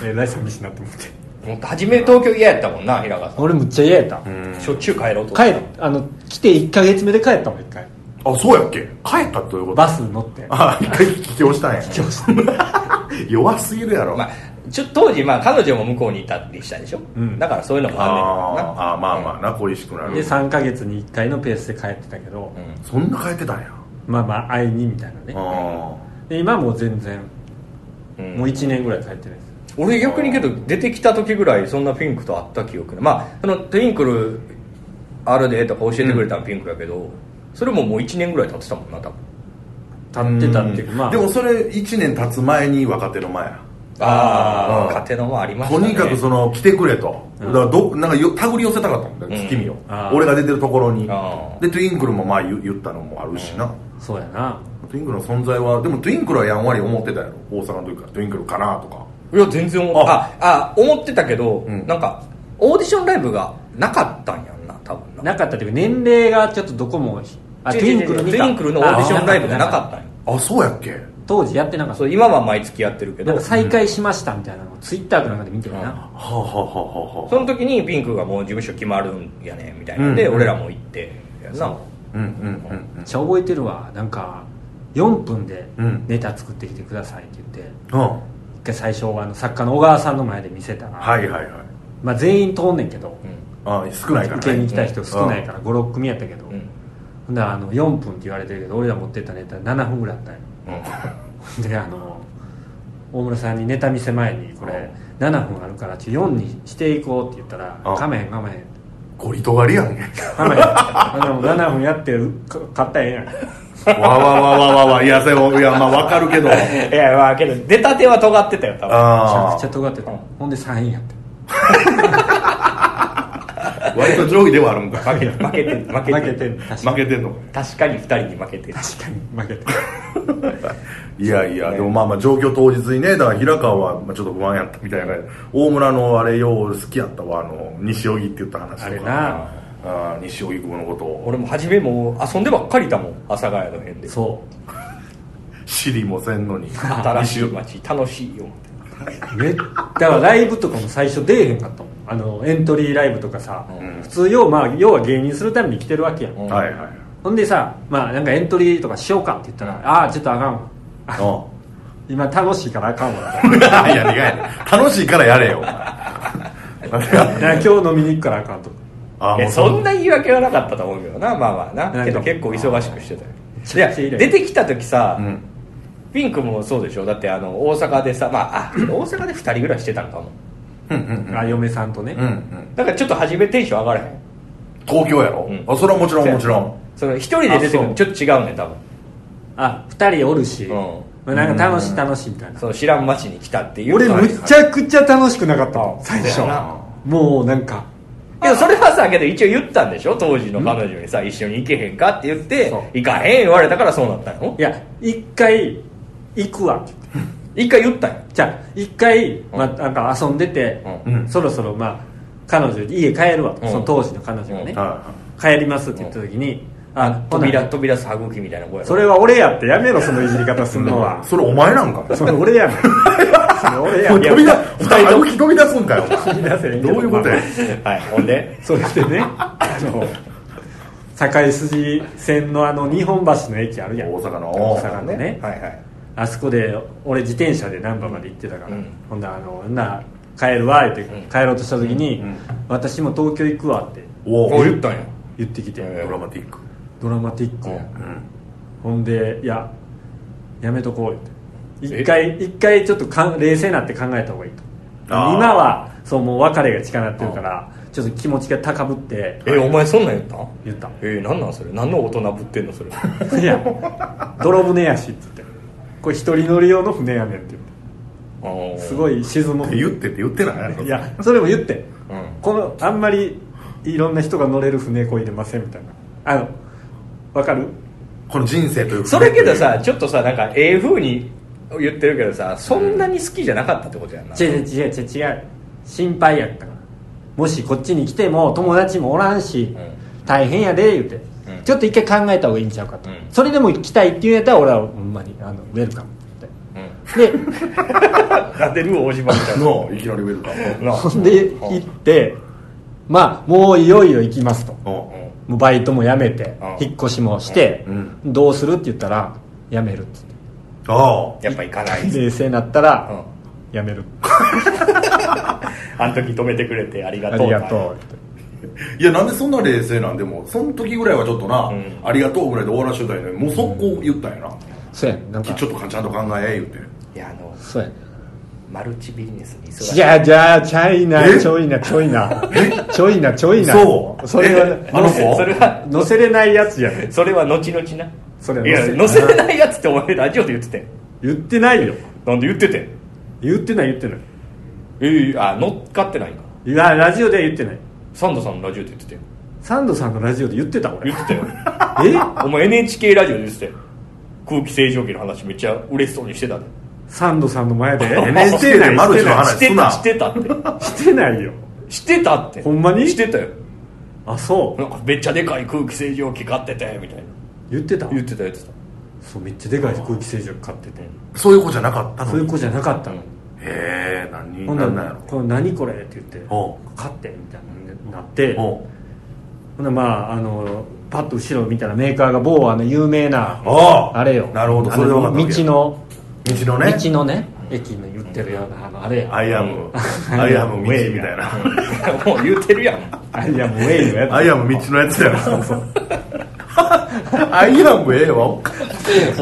[SPEAKER 1] えらい寂しいなと思って
[SPEAKER 2] ほんと初め東京嫌やったもんな平川さ
[SPEAKER 1] 俺むっちゃ嫌やった、
[SPEAKER 2] んしょっちゅう帰ろうと
[SPEAKER 1] 帰っあの来て1か月目で帰ったもん一回
[SPEAKER 4] あそうやっけ帰ったってどういうこと
[SPEAKER 1] バス乗って
[SPEAKER 4] あ一回帰郷したんや
[SPEAKER 1] 教室に
[SPEAKER 4] 弱すぎるやろ、
[SPEAKER 2] まあ、ちょ当時、まあ、彼女も向こうにいたりしたでしょ、
[SPEAKER 1] うん
[SPEAKER 2] だからそういうのもあんねんからな
[SPEAKER 4] あーあーまあまあな恋しくな
[SPEAKER 1] で
[SPEAKER 4] る
[SPEAKER 1] 3か月に1回のペースで帰ってたけど、
[SPEAKER 2] うん
[SPEAKER 4] そんな帰ってたんや
[SPEAKER 1] まあまあ会いにみたいなね
[SPEAKER 4] あ
[SPEAKER 1] で今もう全然
[SPEAKER 2] うん
[SPEAKER 1] もう1年ぐらい帰ってないです
[SPEAKER 2] 俺逆にけど出てきた時ぐらいそんなピンクと会った記憶ないまあそのトゥインクルあるでとか教えてくれたのピンクやけど、それももう1年ぐらい経ってたもんな多分
[SPEAKER 1] 立ってたっていうかまあ
[SPEAKER 4] でもそれ1年経つ前に若手の前や
[SPEAKER 2] あ
[SPEAKER 4] うん
[SPEAKER 2] あ家庭のもありまし
[SPEAKER 4] と
[SPEAKER 2] たね
[SPEAKER 4] にかくその来てくれと、だからどなんかよ手繰り寄せたかったもんだよ
[SPEAKER 2] うん
[SPEAKER 4] 月見を、
[SPEAKER 1] あー
[SPEAKER 4] 俺が出てるところにで
[SPEAKER 2] あー
[SPEAKER 4] トゥインクルもまあ言言ったのもあるしな、
[SPEAKER 1] そうやな
[SPEAKER 4] トゥインクルの存在はでもトゥインクルはやんわり思ってたやろ大阪の時からトゥインクルかなとか
[SPEAKER 2] いや全然思っああ思ってたけど、
[SPEAKER 4] ん
[SPEAKER 2] なんかオーディションライブがなかったんやんな多分な
[SPEAKER 1] なかったっていうか年齢がちょっとどこもあ
[SPEAKER 2] 違
[SPEAKER 1] ト
[SPEAKER 2] う
[SPEAKER 1] ゥイ
[SPEAKER 2] 違
[SPEAKER 1] ン
[SPEAKER 2] う
[SPEAKER 1] クル
[SPEAKER 2] 違う
[SPEAKER 1] 見
[SPEAKER 2] トゥインクルのオーディションライブがなかったんや
[SPEAKER 4] あそうやっけ
[SPEAKER 1] 当時やってなかった
[SPEAKER 2] そう今は毎月やってるけ
[SPEAKER 1] な
[SPEAKER 2] ど
[SPEAKER 1] んか再開しましたみたいなのをツイッターかなんかで見てる
[SPEAKER 2] うん
[SPEAKER 1] な、
[SPEAKER 4] はあはあはあはあ
[SPEAKER 2] その時にピンクがもう事務所決まるんやねみたいなんで、
[SPEAKER 4] うん
[SPEAKER 2] 俺らも行ってやんな
[SPEAKER 4] うんうんうん
[SPEAKER 1] めっちゃ覚えてるわなんか4分で
[SPEAKER 4] うん
[SPEAKER 1] ネタ作ってきてくださいって言って
[SPEAKER 4] うんは
[SPEAKER 1] 一回最初はあの作家の小川さんの前で見せたら、
[SPEAKER 4] いはいはい
[SPEAKER 1] まあ、全員通んねんけど
[SPEAKER 4] ああ少ないから
[SPEAKER 1] 受けに来
[SPEAKER 4] ね
[SPEAKER 1] た人少ないから56組やったけど、
[SPEAKER 2] うんうん
[SPEAKER 1] ほんであの4分って言われてるけど俺ら持ってったネタ7分ぐらいあったんよほんであの大村さんにネタ見せ前にこれ7分あるからちょ4にしていこうって言ったら「
[SPEAKER 4] うん
[SPEAKER 1] かめへんかめへん」
[SPEAKER 4] ゴリとがりやんけ
[SPEAKER 1] かめへんあの7分やってうか買ったらええやん
[SPEAKER 4] わわわわわわいやそれいやまあわかるけど
[SPEAKER 2] いやまあけど出たては尖ってたよ多分
[SPEAKER 1] めちゃ
[SPEAKER 4] あ
[SPEAKER 1] くちゃ尖ってた
[SPEAKER 2] うん
[SPEAKER 1] ほんで3位やって
[SPEAKER 4] あ割と上位ではあるんか
[SPEAKER 2] 負け負けてん負けて
[SPEAKER 1] 負けてんの確か
[SPEAKER 4] 負けてんのか
[SPEAKER 2] に確かに2人に負けてる
[SPEAKER 1] に負けて
[SPEAKER 4] いやいや、でもまあまあ状況当日にねだから平川はまあちょっと不安やったみたいな大村のあれよう好きやったわあの西荻って言った話とか
[SPEAKER 1] あれな
[SPEAKER 4] あー西荻君のことを
[SPEAKER 2] 俺も初めもう遊んでばっかりだもん阿佐ヶ谷の辺で
[SPEAKER 1] そう
[SPEAKER 4] 知りもせん
[SPEAKER 2] <laughs>
[SPEAKER 4] のに
[SPEAKER 2] 新しい街楽しいよ
[SPEAKER 1] めだからライブとかも最初出えへんかったもんあのエントリーライブとかさ、
[SPEAKER 2] うん
[SPEAKER 1] 普通要,、まあ、要は芸人するために来てるわけやん、
[SPEAKER 2] うん
[SPEAKER 4] はいはい
[SPEAKER 1] ほんでさ、まあ、なんかエントリーとかしようかって言ったら、
[SPEAKER 2] うん
[SPEAKER 1] ああちょっとあかんわ
[SPEAKER 4] あ <laughs>
[SPEAKER 1] 今楽しいからあかんわだ
[SPEAKER 4] あいやいや楽しいからやれよお前 <laughs>
[SPEAKER 1] から今日飲みに行くからあかんとか
[SPEAKER 2] い
[SPEAKER 4] あーも
[SPEAKER 2] や
[SPEAKER 4] う
[SPEAKER 2] そんな言い訳はなかったと思うけどなまあまあ
[SPEAKER 1] な
[SPEAKER 2] なん
[SPEAKER 1] か
[SPEAKER 2] けど結構忙しくしてたよ
[SPEAKER 1] ちゃくちゃイライラ
[SPEAKER 2] いや出てきた時さ、
[SPEAKER 4] うん
[SPEAKER 2] ピンクもそうでしょだってあの大阪でさまああ大阪で2人ぐらいしてたのかも
[SPEAKER 4] うんうん
[SPEAKER 1] あ嫁さんとね、
[SPEAKER 4] うんうん
[SPEAKER 2] だからちょっと初めテンション上がらへん
[SPEAKER 4] 東京やろ、
[SPEAKER 2] うん
[SPEAKER 4] あそれはもちろんもちろん
[SPEAKER 2] その一人で出てくるのちょっと違うね多分
[SPEAKER 1] あ二人おるし、
[SPEAKER 2] うん
[SPEAKER 1] まあなんか楽しい楽しいみたいな
[SPEAKER 2] その知らん街に来たっていう
[SPEAKER 1] 俺
[SPEAKER 2] 感じ
[SPEAKER 1] むちゃくちゃ楽しくなかったもん
[SPEAKER 2] あ
[SPEAKER 1] 最初
[SPEAKER 2] そうやな
[SPEAKER 1] もうなんか
[SPEAKER 2] けどそれはさけど一応言ったんでしょ当時の彼女にさ一緒に行けへんかって言って
[SPEAKER 1] そう
[SPEAKER 2] 行かへん言われたからそうなったの
[SPEAKER 1] いや一回行くわって言って
[SPEAKER 2] 一回言ったんや
[SPEAKER 1] じゃあ一回、まあ、なんか遊んでて、
[SPEAKER 2] うん
[SPEAKER 1] そろそろまあ彼女家帰るわと、
[SPEAKER 2] うん
[SPEAKER 1] その当時の彼女がね、
[SPEAKER 4] は
[SPEAKER 1] 帰りますって言った時に、あほな
[SPEAKER 2] 扉扉さぐきみたいな声
[SPEAKER 1] それは俺やってやめろそのいじり方す
[SPEAKER 4] い
[SPEAKER 1] んのは
[SPEAKER 4] それお前なんか
[SPEAKER 1] <laughs> それ俺やんそれ俺やん
[SPEAKER 4] 飛び出歩き飛び出すんかよ
[SPEAKER 1] び出せへんけ
[SPEAKER 4] ど
[SPEAKER 1] ど
[SPEAKER 4] ういうことや
[SPEAKER 2] はいほんで
[SPEAKER 1] そ <laughs> れでねあの堺筋線のあの日本橋の駅あるやん
[SPEAKER 4] 大阪の
[SPEAKER 1] 大阪のね
[SPEAKER 2] はいはい
[SPEAKER 1] あそこで俺自転車で難波まで行ってたから、
[SPEAKER 2] うん
[SPEAKER 1] ほんならあのほんなら帰るわ言って
[SPEAKER 2] うん
[SPEAKER 1] 帰ろうとした時に、
[SPEAKER 4] ん
[SPEAKER 1] 私も東京行くわって
[SPEAKER 4] お
[SPEAKER 2] お
[SPEAKER 4] お
[SPEAKER 2] 言ったんや
[SPEAKER 1] 言ってきて、
[SPEAKER 2] え
[SPEAKER 4] ドラマティック
[SPEAKER 1] ドラマティックや、
[SPEAKER 2] うん
[SPEAKER 4] うん
[SPEAKER 1] ほんでいややめとこう言って一回一回ちょっとかん冷静になって考えた方がいいと
[SPEAKER 4] あー
[SPEAKER 1] 今はそうもう別れが近なってるからちょっと気持ちが高ぶって
[SPEAKER 2] えお前そんなん言ったん
[SPEAKER 1] 言った
[SPEAKER 2] えー、なんなんそれ何の大人ぶってんのそ
[SPEAKER 1] <laughs>「
[SPEAKER 2] れ
[SPEAKER 1] いや泥船やし」って言って「これ一人乗り用の船やねん」って言ってすご
[SPEAKER 2] い、
[SPEAKER 1] い沈む
[SPEAKER 4] って言ってって言ってないやろ
[SPEAKER 1] いやそれも言って
[SPEAKER 2] うん、
[SPEAKER 1] このあんまりいろんな人が乗れる船こいでませんみたいなあのわかる
[SPEAKER 4] この人生という
[SPEAKER 2] それけどさちょっとさなんかええ風に言ってるけどさそんなに好きじゃなかったってことやんな、
[SPEAKER 1] 違う違う違う違う心配やったからもしこっちに来ても友達もおらんし、
[SPEAKER 2] う
[SPEAKER 1] 大変やで言うて、
[SPEAKER 2] ん
[SPEAKER 1] ちょっと一回考えた方がいいんちゃうかと、
[SPEAKER 2] うん
[SPEAKER 1] それでも来たいって言うんやったら俺はほんまにあのウェルカムっ
[SPEAKER 2] うん、 <laughs>
[SPEAKER 1] てで
[SPEAKER 2] なんでルー大島みたい
[SPEAKER 1] <laughs>
[SPEAKER 2] な
[SPEAKER 4] のいきなりウェルカム
[SPEAKER 2] な
[SPEAKER 1] ほんで行ってまあもういよいよ行きますと
[SPEAKER 4] お
[SPEAKER 2] うん
[SPEAKER 1] もうバイトも辞めて
[SPEAKER 2] うん
[SPEAKER 1] 引っ越しもして、
[SPEAKER 4] うん
[SPEAKER 1] どうするって言ったら辞めるっつって
[SPEAKER 4] あ
[SPEAKER 2] やっぱ行かない
[SPEAKER 1] <laughs> 冷静になった
[SPEAKER 2] う
[SPEAKER 1] ら
[SPEAKER 2] ん
[SPEAKER 1] 辞める、
[SPEAKER 2] あの時止めてくれてありが
[SPEAKER 1] あ
[SPEAKER 2] とう
[SPEAKER 1] りがとうって
[SPEAKER 4] あいやなんでそんな冷静なんでもその時ぐらいはちょっとな、
[SPEAKER 2] うん
[SPEAKER 4] ありがとうぐらいで終わらしといたんやのにもう速攻言ったんやな、
[SPEAKER 1] そうやねんなんか
[SPEAKER 4] ちょっとちゃんと考え言うて
[SPEAKER 2] いやあの
[SPEAKER 1] そうやねん
[SPEAKER 2] マルチビジネスに忙しい
[SPEAKER 1] じゃあじゃあチャイナ
[SPEAKER 4] え
[SPEAKER 1] ちょいなちょいなちょいなちょいな
[SPEAKER 4] そう
[SPEAKER 1] それ
[SPEAKER 4] え
[SPEAKER 1] は
[SPEAKER 4] あの
[SPEAKER 1] <laughs>
[SPEAKER 4] 子
[SPEAKER 2] それは
[SPEAKER 1] 載せれないやつやね
[SPEAKER 2] それは後々な
[SPEAKER 1] それはい
[SPEAKER 2] や
[SPEAKER 1] 載
[SPEAKER 2] 載
[SPEAKER 1] せ
[SPEAKER 2] せれないやつってお前ラジオで言ってて
[SPEAKER 1] 言ってないよ
[SPEAKER 2] なんで言ってて
[SPEAKER 1] 言ってない言ってない
[SPEAKER 2] ええあ乗っかってないんか
[SPEAKER 1] いやラジオでは言ってない
[SPEAKER 2] サンドさんのラジオで言ってて
[SPEAKER 1] サンドさんのラジオで言ってた俺
[SPEAKER 2] 言ってたよ
[SPEAKER 1] <laughs> え
[SPEAKER 2] お前 NHK ラジオで言ってたよ空気清浄機の話めっちゃ嬉しそうにしてたで
[SPEAKER 1] サンドさんの前で
[SPEAKER 4] NHK でマルチの話
[SPEAKER 2] して
[SPEAKER 4] すな
[SPEAKER 2] たしてたって
[SPEAKER 1] してないよ
[SPEAKER 2] してたって
[SPEAKER 1] ほんまに
[SPEAKER 2] してたよ
[SPEAKER 1] あそ
[SPEAKER 2] なんかめっちゃでかい空気清浄機買っててみたいな
[SPEAKER 1] う言ってた
[SPEAKER 2] 言ってた言ってた
[SPEAKER 1] そうめっちゃでかい空気清浄機買ってて
[SPEAKER 4] そういう子じゃなかったの
[SPEAKER 1] そういう子じゃなかったの、
[SPEAKER 4] へえ何
[SPEAKER 1] ほん
[SPEAKER 4] な
[SPEAKER 1] なん
[SPEAKER 4] なんや
[SPEAKER 1] ら「これ何これ?」って言って
[SPEAKER 4] おう
[SPEAKER 1] 「買って」みたいになって
[SPEAKER 4] ろ
[SPEAKER 1] ほ
[SPEAKER 4] おうん
[SPEAKER 1] ならまああのパッと後ろ見たらメーカーが某あの有名な
[SPEAKER 4] ああ
[SPEAKER 1] あれよ
[SPEAKER 4] なるほど
[SPEAKER 1] あ
[SPEAKER 4] それで分か
[SPEAKER 1] の
[SPEAKER 4] ったわ
[SPEAKER 1] 道
[SPEAKER 4] け
[SPEAKER 1] の
[SPEAKER 4] 道のね
[SPEAKER 1] 道のね駅に売ってるようなあのあれ
[SPEAKER 4] ア
[SPEAKER 1] や
[SPEAKER 4] イアム <laughs> アイ
[SPEAKER 1] <laughs>
[SPEAKER 4] アム道みたいな <laughs>
[SPEAKER 2] <laughs> もう言うてるやん
[SPEAKER 1] あいやもうええよやつ
[SPEAKER 4] アイアム道のや
[SPEAKER 1] <laughs>
[SPEAKER 4] つや <laughs> なアイアムええわ
[SPEAKER 2] <laughs>
[SPEAKER 3] もう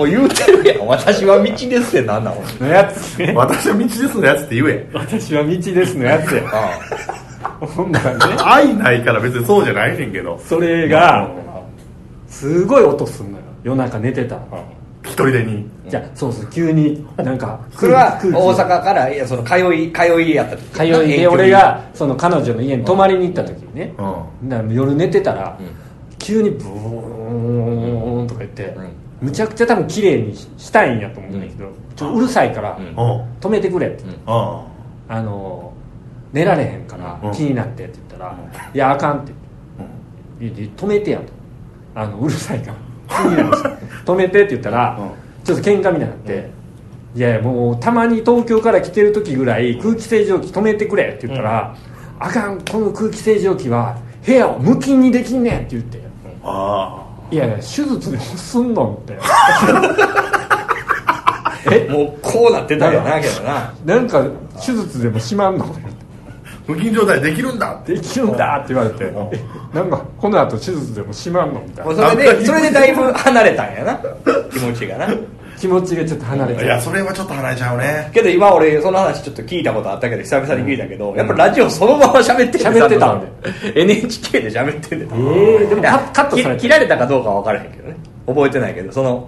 [SPEAKER 3] 言うてるやん私は道ですってなんなの
[SPEAKER 1] のやつね
[SPEAKER 4] 私は道ですのやつって言え
[SPEAKER 1] 私は道ですのやつや
[SPEAKER 3] あ
[SPEAKER 1] ほんならね
[SPEAKER 4] 愛ないから別にそうじゃないねんけど
[SPEAKER 1] それがすごい音すんのよ夜中寝てたら
[SPEAKER 4] 一人でに
[SPEAKER 1] じゃあそうそう急になんか
[SPEAKER 2] それは大
[SPEAKER 1] 空気空気
[SPEAKER 2] 阪からいやその通い通いやった時
[SPEAKER 1] 通いで俺がその彼女の家に泊まりに行った時にね、
[SPEAKER 4] うん
[SPEAKER 1] だから夜寝てたら、急にブーンとか言って、むちゃくちゃ多分綺麗にしたいんやと思うんだけど、ちょっとうるさいから、
[SPEAKER 3] ん
[SPEAKER 4] おうん
[SPEAKER 1] 止めてくれって、
[SPEAKER 4] あ
[SPEAKER 1] あの寝られへんから、
[SPEAKER 4] うん
[SPEAKER 1] 気になってって言ったら、いやあかんって言って、止めてやとあのうるさいから気になるし止めてって言ったら、
[SPEAKER 4] う
[SPEAKER 1] ちょっと喧嘩みたいになって、いやいやもうたまに東京から来てる時ぐらい空気清浄機止めてくれって言ったら、あかんこの空気清浄機は部屋を無菌にできんねんって言って、
[SPEAKER 4] あ
[SPEAKER 1] いやいや手術でもすんのってえ
[SPEAKER 2] もうこうなってたんやなけどな
[SPEAKER 1] なんか手術でもしまんのって言って
[SPEAKER 4] 無菌状態できるんだって
[SPEAKER 1] できるんだって言われてえなんかこの後手術でもしまんのみたい
[SPEAKER 2] もう
[SPEAKER 1] な
[SPEAKER 2] それでそれでだいぶ離れたんやな気持ちがな
[SPEAKER 1] 気持ちがちょっと離れ
[SPEAKER 4] い
[SPEAKER 1] て
[SPEAKER 4] やそれはちょっと離れちゃうね
[SPEAKER 2] けど今俺その話ちょっと聞いたことあったけど久々に聞いたけど、やっぱラジオそのまま喋って
[SPEAKER 1] 喋ってたんで
[SPEAKER 2] で NHK で喋ってんでえ
[SPEAKER 1] えーでもカカットされて
[SPEAKER 2] 切られたかどうかは分からへんけどね覚えてないけどその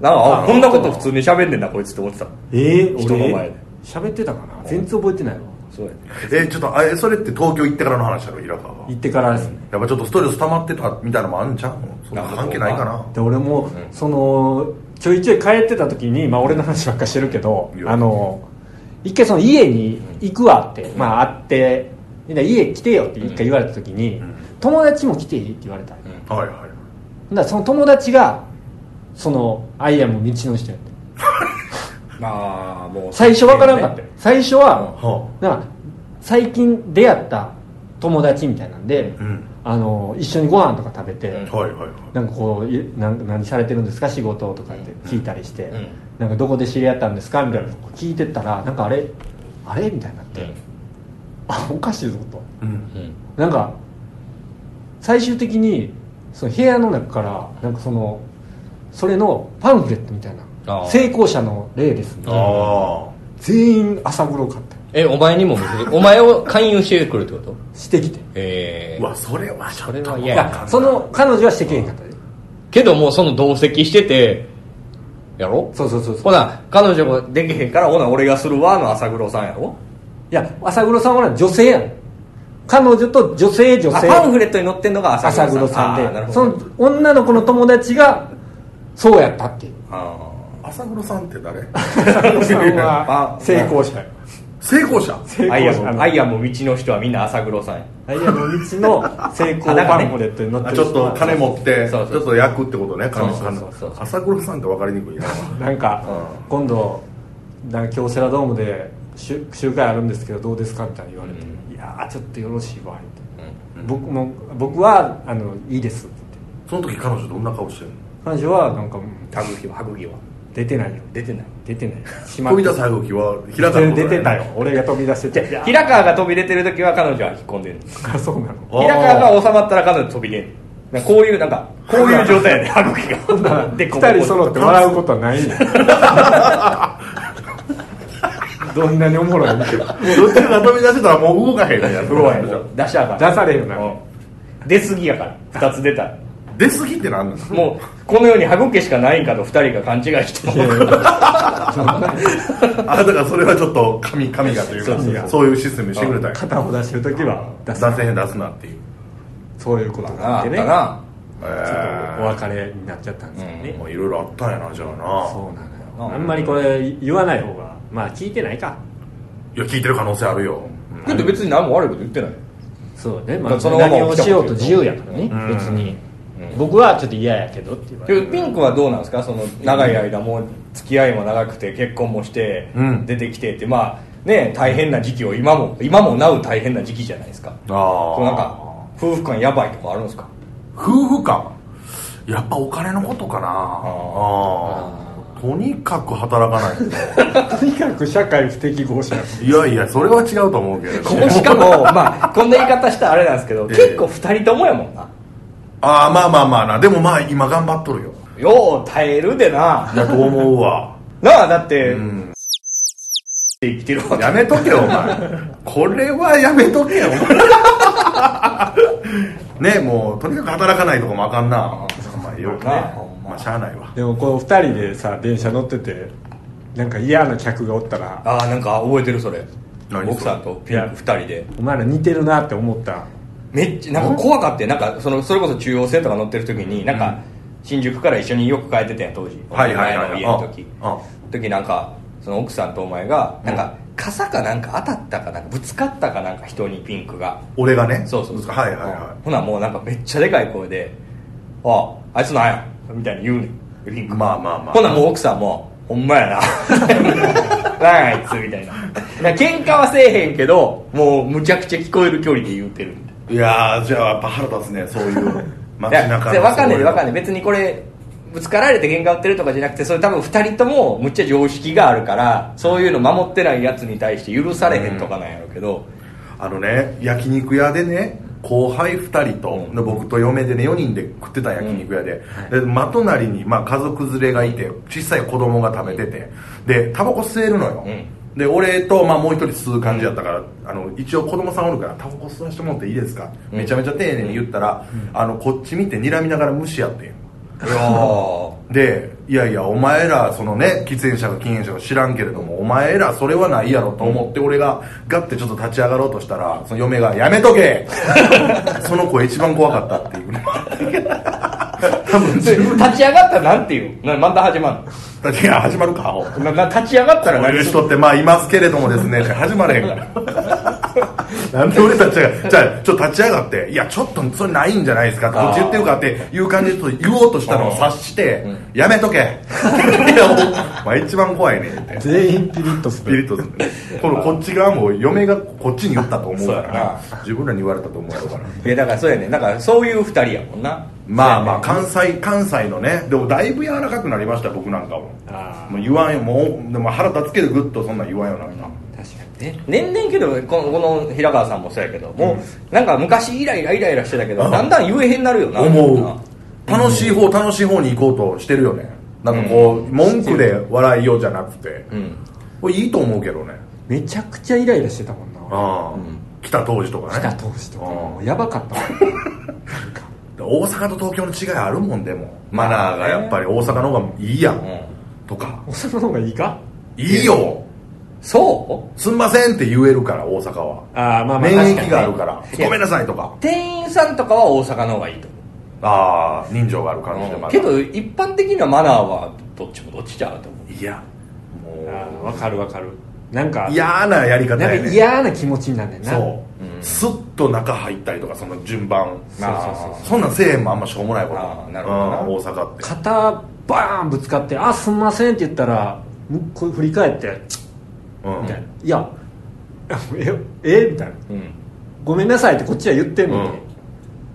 [SPEAKER 2] なんかあこんなこと普通に喋んねんなこいつって思ってた
[SPEAKER 1] えー、
[SPEAKER 2] 人の
[SPEAKER 1] 俺
[SPEAKER 2] 前で
[SPEAKER 1] 喋ってたかな全然覚えてないわ
[SPEAKER 2] そうやね
[SPEAKER 4] えちょっとあえそれって東京行ってからの話やろ平川は
[SPEAKER 1] 行ってからですね
[SPEAKER 4] やっぱちょっとストレス溜まってたみたいなのもあるんちゃうそんな関係ないかな
[SPEAKER 1] で俺もそのちょいちょい帰ってた時にまあ俺の話ばっかしてるけど
[SPEAKER 4] いや
[SPEAKER 1] あの一回その家に行くわってまあ会ってみんな家来てよって一回言われた時に友達も来ていいって言われたんよ
[SPEAKER 4] はいはい
[SPEAKER 1] ほんならその友達がそのアイアム道の人やって
[SPEAKER 3] <laughs>
[SPEAKER 2] まあもう
[SPEAKER 1] 最初わからんかったよ最初は
[SPEAKER 4] は
[SPEAKER 1] なんか最近出会った友達みたいなんで、
[SPEAKER 4] ん
[SPEAKER 1] あの一緒にご飯とか食べて、
[SPEAKER 2] うん
[SPEAKER 4] あはいはいはい
[SPEAKER 1] なんかこういなん何されてるんですか仕事とかって聞いたりして、
[SPEAKER 2] ん
[SPEAKER 1] なんかどこで知り合ったんですかみたいなのを聞いてったらなんかあれあれみたいになって、あおかしいぞと
[SPEAKER 4] うん
[SPEAKER 1] なんか最終的にその部屋の中からなんかそのそれのパンフレットみたい
[SPEAKER 3] あ
[SPEAKER 1] な
[SPEAKER 3] ー
[SPEAKER 1] 成功者の例ですみたいな
[SPEAKER 4] あ
[SPEAKER 1] 全員朝風呂買って
[SPEAKER 3] えお前にも見
[SPEAKER 2] <laughs>
[SPEAKER 3] せてお前を勧誘してくるってこと
[SPEAKER 1] してきて
[SPEAKER 3] え
[SPEAKER 4] あうわそれはちょ
[SPEAKER 3] そ
[SPEAKER 4] っ
[SPEAKER 3] れ
[SPEAKER 4] と
[SPEAKER 3] はい嫌や
[SPEAKER 1] やその彼女はしてけへんかったで
[SPEAKER 3] けどもうその同席しててやろ
[SPEAKER 1] そうそうそうそう
[SPEAKER 3] ほな彼女が
[SPEAKER 2] できへんからほな俺がするわの朝黒さんやろ
[SPEAKER 1] いや朝黒さんは女性やん彼女と女性女
[SPEAKER 2] あ
[SPEAKER 1] 性
[SPEAKER 2] パンフレットに載ってんのが朝
[SPEAKER 1] 朝
[SPEAKER 2] 黒
[SPEAKER 1] 黒
[SPEAKER 2] さ
[SPEAKER 1] さ
[SPEAKER 2] んあーなんる
[SPEAKER 1] で
[SPEAKER 2] ほ
[SPEAKER 1] そ
[SPEAKER 2] ど
[SPEAKER 1] の女の子の友達がそうやったっていう
[SPEAKER 2] あ
[SPEAKER 4] 朝黒さんって誰
[SPEAKER 1] 朝黒さん
[SPEAKER 2] は
[SPEAKER 1] は成功者や
[SPEAKER 4] 成功者
[SPEAKER 1] 成
[SPEAKER 2] ーアイアムア
[SPEAKER 1] アイ
[SPEAKER 2] イアム道の人はみんな朝黒さんや
[SPEAKER 1] アムの道の成功パンフレットに載って
[SPEAKER 4] あ
[SPEAKER 1] る
[SPEAKER 4] ちょっと金持ってち
[SPEAKER 2] そ
[SPEAKER 4] ょ
[SPEAKER 2] う
[SPEAKER 4] っ
[SPEAKER 2] そう
[SPEAKER 4] と焼くってことね金
[SPEAKER 2] そうそうそうそう
[SPEAKER 4] 朝黒さんって分かりにくいな
[SPEAKER 1] なんか今度なんか京セラドームで集集会あるんですけどどうですかみたいに言われて「いやーちょっとよろしいわ」言って僕も「僕はあのいいです」って言って
[SPEAKER 4] その時彼女どんな顔してる
[SPEAKER 1] 彼女はなんかうん
[SPEAKER 2] タグキはハグキは
[SPEAKER 1] 出てないよ
[SPEAKER 2] 出てない
[SPEAKER 1] 出 <laughs> てないし
[SPEAKER 4] の飛び出す動きは平川のことだ
[SPEAKER 1] 出
[SPEAKER 4] よ
[SPEAKER 1] てたよ俺が飛び出しててい
[SPEAKER 2] 平川が飛び出てる時は彼女は引っ込んでる
[SPEAKER 1] やそうなの
[SPEAKER 4] あー
[SPEAKER 2] 平川が収まったら彼女飛び出るなんかこういうなんかこういう状態やねハグキが
[SPEAKER 1] で
[SPEAKER 2] こぼこ
[SPEAKER 1] 二人揃って笑うことはないんや <laughs> どんなにおもろいの
[SPEAKER 4] どっちかが飛び出してたらもう動かへんねや
[SPEAKER 2] すごいもう出しやから
[SPEAKER 1] 出されへんな
[SPEAKER 2] うん出過ぎやから2つ出たら
[SPEAKER 4] 出過ぎってなんなの
[SPEAKER 2] もうこの世にハグキしかないんかと2人が勘違いして
[SPEAKER 4] あだからそれはちょっと神神がという
[SPEAKER 2] そうそうそ
[SPEAKER 4] か
[SPEAKER 2] う
[SPEAKER 4] そういうシステムにしてくれたんや
[SPEAKER 1] 肩を出してる時は出す
[SPEAKER 4] 出せへん出すなっていう
[SPEAKER 1] そういうことがあってね
[SPEAKER 2] な
[SPEAKER 1] ちょっとお別れになっちゃったんですよね、
[SPEAKER 4] もういろいろあったんやなじゃあ
[SPEAKER 1] そう
[SPEAKER 4] な
[SPEAKER 1] なのよ
[SPEAKER 2] うん
[SPEAKER 1] あんまりこれ言わない方がまあ聞いてないか
[SPEAKER 4] いや聞いてる可能性あるよ
[SPEAKER 2] けど別に何も悪いこと言ってない
[SPEAKER 1] そうね、ま
[SPEAKER 2] だから
[SPEAKER 1] あ、
[SPEAKER 2] そのまま
[SPEAKER 1] 何をしようと自由やからね、
[SPEAKER 4] ん
[SPEAKER 1] 別に、僕はちょっと嫌やけどって言われ
[SPEAKER 2] け
[SPEAKER 1] る
[SPEAKER 2] どピンクはどうなんですかその長い間もう付き合いも長くて結婚もして
[SPEAKER 4] うん
[SPEAKER 2] 出てきてって、まあね大変な時期を今も今もなう大変な時期じゃないですか
[SPEAKER 4] あ
[SPEAKER 2] こうなんか夫婦間やばいとかあるんですか
[SPEAKER 4] 夫婦間やっぱお金のことかなあーとにかく働かない
[SPEAKER 1] とにかく社会不適合者
[SPEAKER 4] いやいやそれは違うと思うけど
[SPEAKER 2] ここしか
[SPEAKER 4] <laughs>
[SPEAKER 2] もまあこんな言い方したらあれなんですけど、
[SPEAKER 4] ええ
[SPEAKER 2] 結構2人ともやもんな
[SPEAKER 4] ああまあまあまあなでもまあ今頑張っとるよ
[SPEAKER 2] よう耐えるでない
[SPEAKER 4] やと思うわ
[SPEAKER 2] なあだって、
[SPEAKER 4] うん
[SPEAKER 2] 生きてるわけ
[SPEAKER 4] やめとけよお前これはやめとけよ <laughs> お前ねもうとにかく働かないとこもあかんなまあよくね
[SPEAKER 2] なあほんま
[SPEAKER 4] まあしゃあないわ
[SPEAKER 1] でもこう2人でさ電車乗っててなんか嫌な客がおったら
[SPEAKER 2] ああなんか覚えてるそれ
[SPEAKER 4] 何それ
[SPEAKER 2] 奥さんとピンク2人で
[SPEAKER 1] お前ら似てるなって思った
[SPEAKER 2] めっちゃなんか怖かってなんかそのそれこそ中央線とか乗ってる時になんか新宿から一緒によく帰ってたやん当時
[SPEAKER 4] はいはいはい
[SPEAKER 2] お前の家の時
[SPEAKER 4] ああ
[SPEAKER 2] 時なんかその奥さんとお前がなんか傘かなんか当たったかなんかぶつかったかなんか人にピンクが
[SPEAKER 4] 俺がね
[SPEAKER 2] そうそうそう
[SPEAKER 4] はいはいは
[SPEAKER 2] ほなもうなんかめっちゃでかい声で「あああいつなんや」みたいに言うねんピン
[SPEAKER 4] い
[SPEAKER 2] ク
[SPEAKER 4] まあまあまあ
[SPEAKER 2] ほなもう奥さんも「ほんまやな」なんやあいつみたいななんか喧嘩はせえへんけどもうむちゃくちゃ聞こえる距離で言うてるみたい
[SPEAKER 4] いやーじゃあやっぱ腹立つねそう
[SPEAKER 2] <laughs>
[SPEAKER 4] いう街
[SPEAKER 2] ない
[SPEAKER 4] 中の
[SPEAKER 2] や分かんない分かんない
[SPEAKER 4] い
[SPEAKER 2] 別にこれぶつかられて喧嘩売ってるとかじゃなくてそれ多分2人ともむっちゃ常識があるからそういうの守ってないやつに対して許されへんとかなんやろうけど、
[SPEAKER 4] あのね焼肉屋でね後輩2人と、で僕と嫁でね4人で食ってた焼肉屋で,、で真隣に、まあ、家族連れがいて小さい子供が食べててでタバコ吸えるのよ、
[SPEAKER 2] うん
[SPEAKER 4] で俺と、まあ、もう一人吸う感じやったから、あの一応子供さんおるからタバコ吸わせてもらっていいですか、めちゃめちゃ丁寧に言ったら、あのこっち見て睨みながら無視やってん
[SPEAKER 2] いやー
[SPEAKER 4] でいやいやお前らそのね喫煙者か禁煙者か知らんけれどもお前らそれはないやろと思って俺がガッてちょっと立ち上がろうとしたらその嫁が「やめ
[SPEAKER 2] <laughs>
[SPEAKER 4] とけ! 」その声一番怖かったっていう <laughs> のもあって多分
[SPEAKER 2] そ
[SPEAKER 4] 自
[SPEAKER 2] れ
[SPEAKER 4] 分
[SPEAKER 2] 立ち上がったらなんて言うなまた始ま
[SPEAKER 4] たちが始まるかお
[SPEAKER 2] るのなな立ち上がったら
[SPEAKER 4] こう
[SPEAKER 2] 何
[SPEAKER 4] いう
[SPEAKER 2] する
[SPEAKER 4] 人ってまあいますけれどもですね始まれへん <laughs> からなんで俺たちがじゃあちょっと立ち上がって「いやちょっとそれないんじゃないですか」こっち言ってるかっていう感じでちょっと言おうとしたのを察して「やめと <laughs> け! 」いやもうまあ一番怖いねって
[SPEAKER 1] 全員ピリッとす
[SPEAKER 4] ピリ
[SPEAKER 1] る
[SPEAKER 4] ッとするねこのこっち側も嫁がこっちに言ったと思うからな自分らに言われたと思うやろから
[SPEAKER 2] いやだからそうやねなんかそういう2人やもんな
[SPEAKER 4] まあまあ関西関西のねでもだいぶ柔らかくなりました僕なんかも
[SPEAKER 1] あ
[SPEAKER 4] もう言わんよもうでも腹立つけどグッとそんなん言わんようになっ
[SPEAKER 2] 確かにね年々けどこのこの平川さんもそうやけどもう、なんか昔イライライライラしてたけどだんだん言えへんなるよな
[SPEAKER 4] た思う楽しい方楽しい方に行こうとしてるよねなんかこう文句で笑いようじゃなくて
[SPEAKER 2] うん
[SPEAKER 4] これいいと思うけどね
[SPEAKER 1] めちゃくちゃイライラしてたもんな俺
[SPEAKER 4] ああ来た当時とかね
[SPEAKER 1] 来た当時とかも
[SPEAKER 4] う
[SPEAKER 1] うやばかった
[SPEAKER 4] <laughs> 大阪と東京の違いあるもんでもマナーがやっぱり大阪の方がいいや
[SPEAKER 2] うんん
[SPEAKER 4] とか
[SPEAKER 1] おその方がいいか
[SPEAKER 4] いいよ
[SPEAKER 2] そう
[SPEAKER 4] すんませんって言えるから大阪は
[SPEAKER 1] ああまあまあ
[SPEAKER 4] 免
[SPEAKER 1] 確か
[SPEAKER 4] 疫
[SPEAKER 1] に
[SPEAKER 4] があるから
[SPEAKER 2] いや
[SPEAKER 4] ごめんなさいとか
[SPEAKER 2] 店員さんとかは大阪の方がいいと
[SPEAKER 4] ああ人情がある感じで
[SPEAKER 2] 思
[SPEAKER 4] ま
[SPEAKER 2] う
[SPEAKER 4] だ
[SPEAKER 2] けど一般的なマナーはどっちもどっちじゃうと思う
[SPEAKER 4] いやも
[SPEAKER 1] ああわかるわかるなんか
[SPEAKER 4] う嫌なやり方
[SPEAKER 1] なん
[SPEAKER 4] や
[SPEAKER 1] か
[SPEAKER 4] ね
[SPEAKER 1] 嫌な気持ちになんねんな
[SPEAKER 4] そう、スッと中入ったりとかその順番
[SPEAKER 1] そうそうそう
[SPEAKER 4] そんなんせえへんもんあんましょうもないこと
[SPEAKER 2] あーなるほどな
[SPEAKER 4] うん大阪って
[SPEAKER 1] 肩バーンぶつかって「あすんません」って言ったらむこう振り返って
[SPEAKER 4] うん
[SPEAKER 1] みたいな「いやあええみたいな
[SPEAKER 2] うん
[SPEAKER 1] 「ごめんなさい」ってこっちは言ってんのに、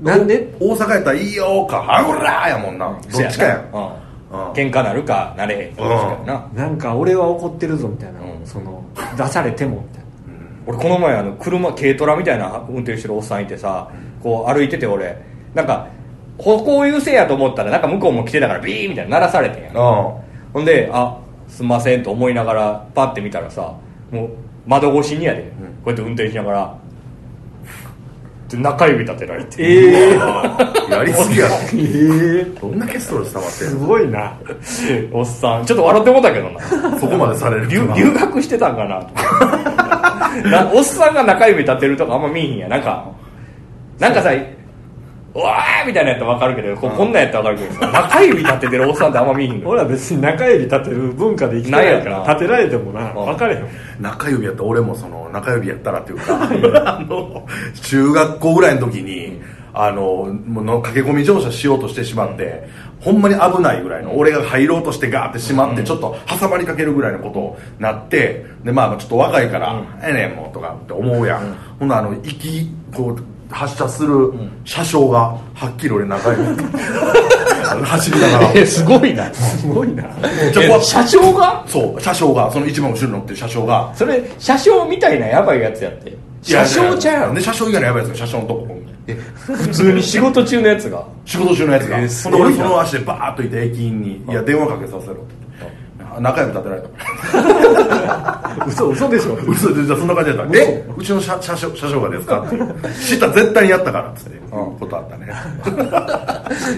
[SPEAKER 1] なんで
[SPEAKER 4] 大阪やったら「いいよ」か「あぐら!」やもんなどっちかやん
[SPEAKER 2] うん
[SPEAKER 4] うん
[SPEAKER 2] 喧嘩なるかなれへんかやな
[SPEAKER 1] なんか俺は怒ってるぞみたいな、
[SPEAKER 2] うん
[SPEAKER 1] その出されてもみたいな
[SPEAKER 2] 俺この前あの車軽トラみたいな運転してるおっさんいてさこう歩いてて俺なんか歩行優勢やと思ったらなんか向こうも来てたからビーみたいな鳴らされてんやん
[SPEAKER 4] う
[SPEAKER 2] ほんで「あすんません」と思いながらパッて見たらさもう窓越しにやで、こうやって運転しながらって中指立てられて
[SPEAKER 1] ええ
[SPEAKER 4] んやりすぎやろ
[SPEAKER 1] ええ
[SPEAKER 4] どんだけストレス溜まってん
[SPEAKER 1] す
[SPEAKER 4] の
[SPEAKER 1] ごいな
[SPEAKER 2] おっさんちょっと笑ってもうたけどな
[SPEAKER 1] <laughs>
[SPEAKER 4] そこまでされる
[SPEAKER 2] 留留学してたんかなとな <laughs> おっさんが中指立てるとかあんま見えへんやなんかなんかさ「うわー!」みたいなやったら分かるけどここんなんやったら分かるけどさ中指立ててるおっさんってあんま見えへ
[SPEAKER 1] <laughs>
[SPEAKER 2] んの
[SPEAKER 1] 俺は別に中指立てる文化で生きてないか
[SPEAKER 2] ないやろ
[SPEAKER 1] ら
[SPEAKER 2] な
[SPEAKER 1] 立てられてもな
[SPEAKER 2] うん
[SPEAKER 1] 分かれへんもん
[SPEAKER 4] 中指やったら俺もその中指やったらっていうかあの中学校ぐらいの時にあのもうの駆け込み乗車しようとしてしまって、ほんまに危ないぐらいの俺が入ろうとしてガーってしまって、ちょっと挟まりかけるぐらいのことになってで、まあ、ちょっと若いから「ええねんもう」とかって思うやん、ほんならあの息こう発射する車掌がはっきり俺長い <laughs> あの走りながら
[SPEAKER 3] えすごいな
[SPEAKER 1] すごいな
[SPEAKER 4] ちょこ
[SPEAKER 2] え社長が
[SPEAKER 4] そう車掌がその一番後ろに乗ってる車掌が
[SPEAKER 2] それ車掌みたいなやばいやつやって車掌ちゃうや
[SPEAKER 4] ん
[SPEAKER 2] ん
[SPEAKER 4] で車掌以外のやばいやつが車掌のとこ
[SPEAKER 2] 普通に仕事中のやつが
[SPEAKER 4] 仕事中のやつが、
[SPEAKER 2] えーす
[SPEAKER 4] ほんで
[SPEAKER 2] ごい
[SPEAKER 4] 俺
[SPEAKER 2] な
[SPEAKER 4] その足でバーッと行って駅員に「いや電話かけさせろ」って言って中指立てられた
[SPEAKER 1] 嘘嘘でしょ
[SPEAKER 4] 嘘でじゃあそんな感じだったえうちの車車掌車掌がですかって知った絶対にやったからっつって、ことあったね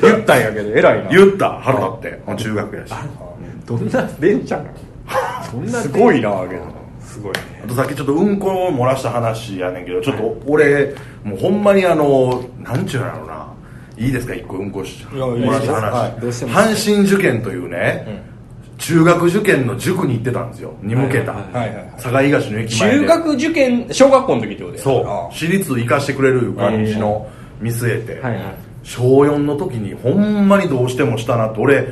[SPEAKER 2] 言ったんやけど偉いな
[SPEAKER 4] 言った春だって中学やし
[SPEAKER 1] どんな電車なのそんな
[SPEAKER 2] すごいなけど
[SPEAKER 1] すごいね
[SPEAKER 4] あとさっきちょっとうんこを漏らした話やねんけどちょっと俺もうほんまにあのなんちゅうのやろないいですか一個うんこし
[SPEAKER 2] やいいです
[SPEAKER 4] 漏らした話、
[SPEAKER 2] はい
[SPEAKER 1] どうしても
[SPEAKER 4] 阪神受験というね、中学受験の塾に行ってたんですよに向けた、
[SPEAKER 1] はいはい
[SPEAKER 2] はいはいはい
[SPEAKER 4] 堺東の駅前で
[SPEAKER 2] 中学受験小学校の時ってことや
[SPEAKER 4] そう私立行かしてくれるいう感じの見据えて、
[SPEAKER 1] はいはい
[SPEAKER 4] 小4の時にほんまにどうしてもしたなって俺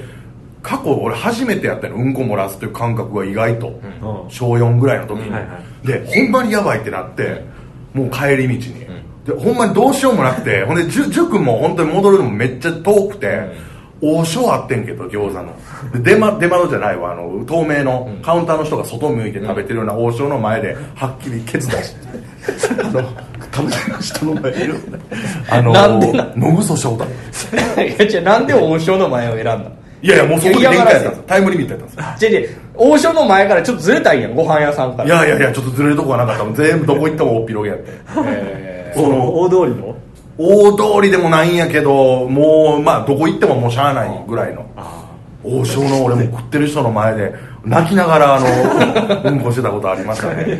[SPEAKER 4] 過去俺初めてやったのうんこ漏らすという感覚が意外と、
[SPEAKER 1] うん
[SPEAKER 4] 小4ぐらいの時に、
[SPEAKER 1] うんはいは
[SPEAKER 4] でほんまにやばいってなってもう帰り道に、でほんまにどうしようもなくてほんでじゅ塾も本当に戻るのもめっちゃ遠くて、王将あってんけど餃子ので出,、ま、出窓じゃないわあの透明のカウンターの人が外向いて食べてるような王将の前ではっきりケツ出してあの食べてる人の前いるあの
[SPEAKER 2] なんでな
[SPEAKER 4] 野ぐそ翔太
[SPEAKER 2] う <laughs> いやじゃあなんで王将の前を選んだの
[SPEAKER 4] いやいやもうそこで
[SPEAKER 2] いや
[SPEAKER 4] 限
[SPEAKER 2] 嫌が
[SPEAKER 4] 界
[SPEAKER 2] ら
[SPEAKER 4] やっ
[SPEAKER 2] せ
[SPEAKER 4] たんですよタイムリミットやったんですよ
[SPEAKER 2] じゃじゃ王将の前からちょっとずれたんやんご飯屋さんから
[SPEAKER 4] いやいやいやちょっとずれるとこがなかったもん全部どこ行っても大っ広げやって
[SPEAKER 2] え
[SPEAKER 4] その
[SPEAKER 1] 大通りの
[SPEAKER 4] 大通りでもないんやけどもうまあどこ行ってももうしゃあないぐらいの王将の俺も食ってる人の前で泣きながらあの
[SPEAKER 2] <laughs>
[SPEAKER 4] うんこしてたことありましたねはい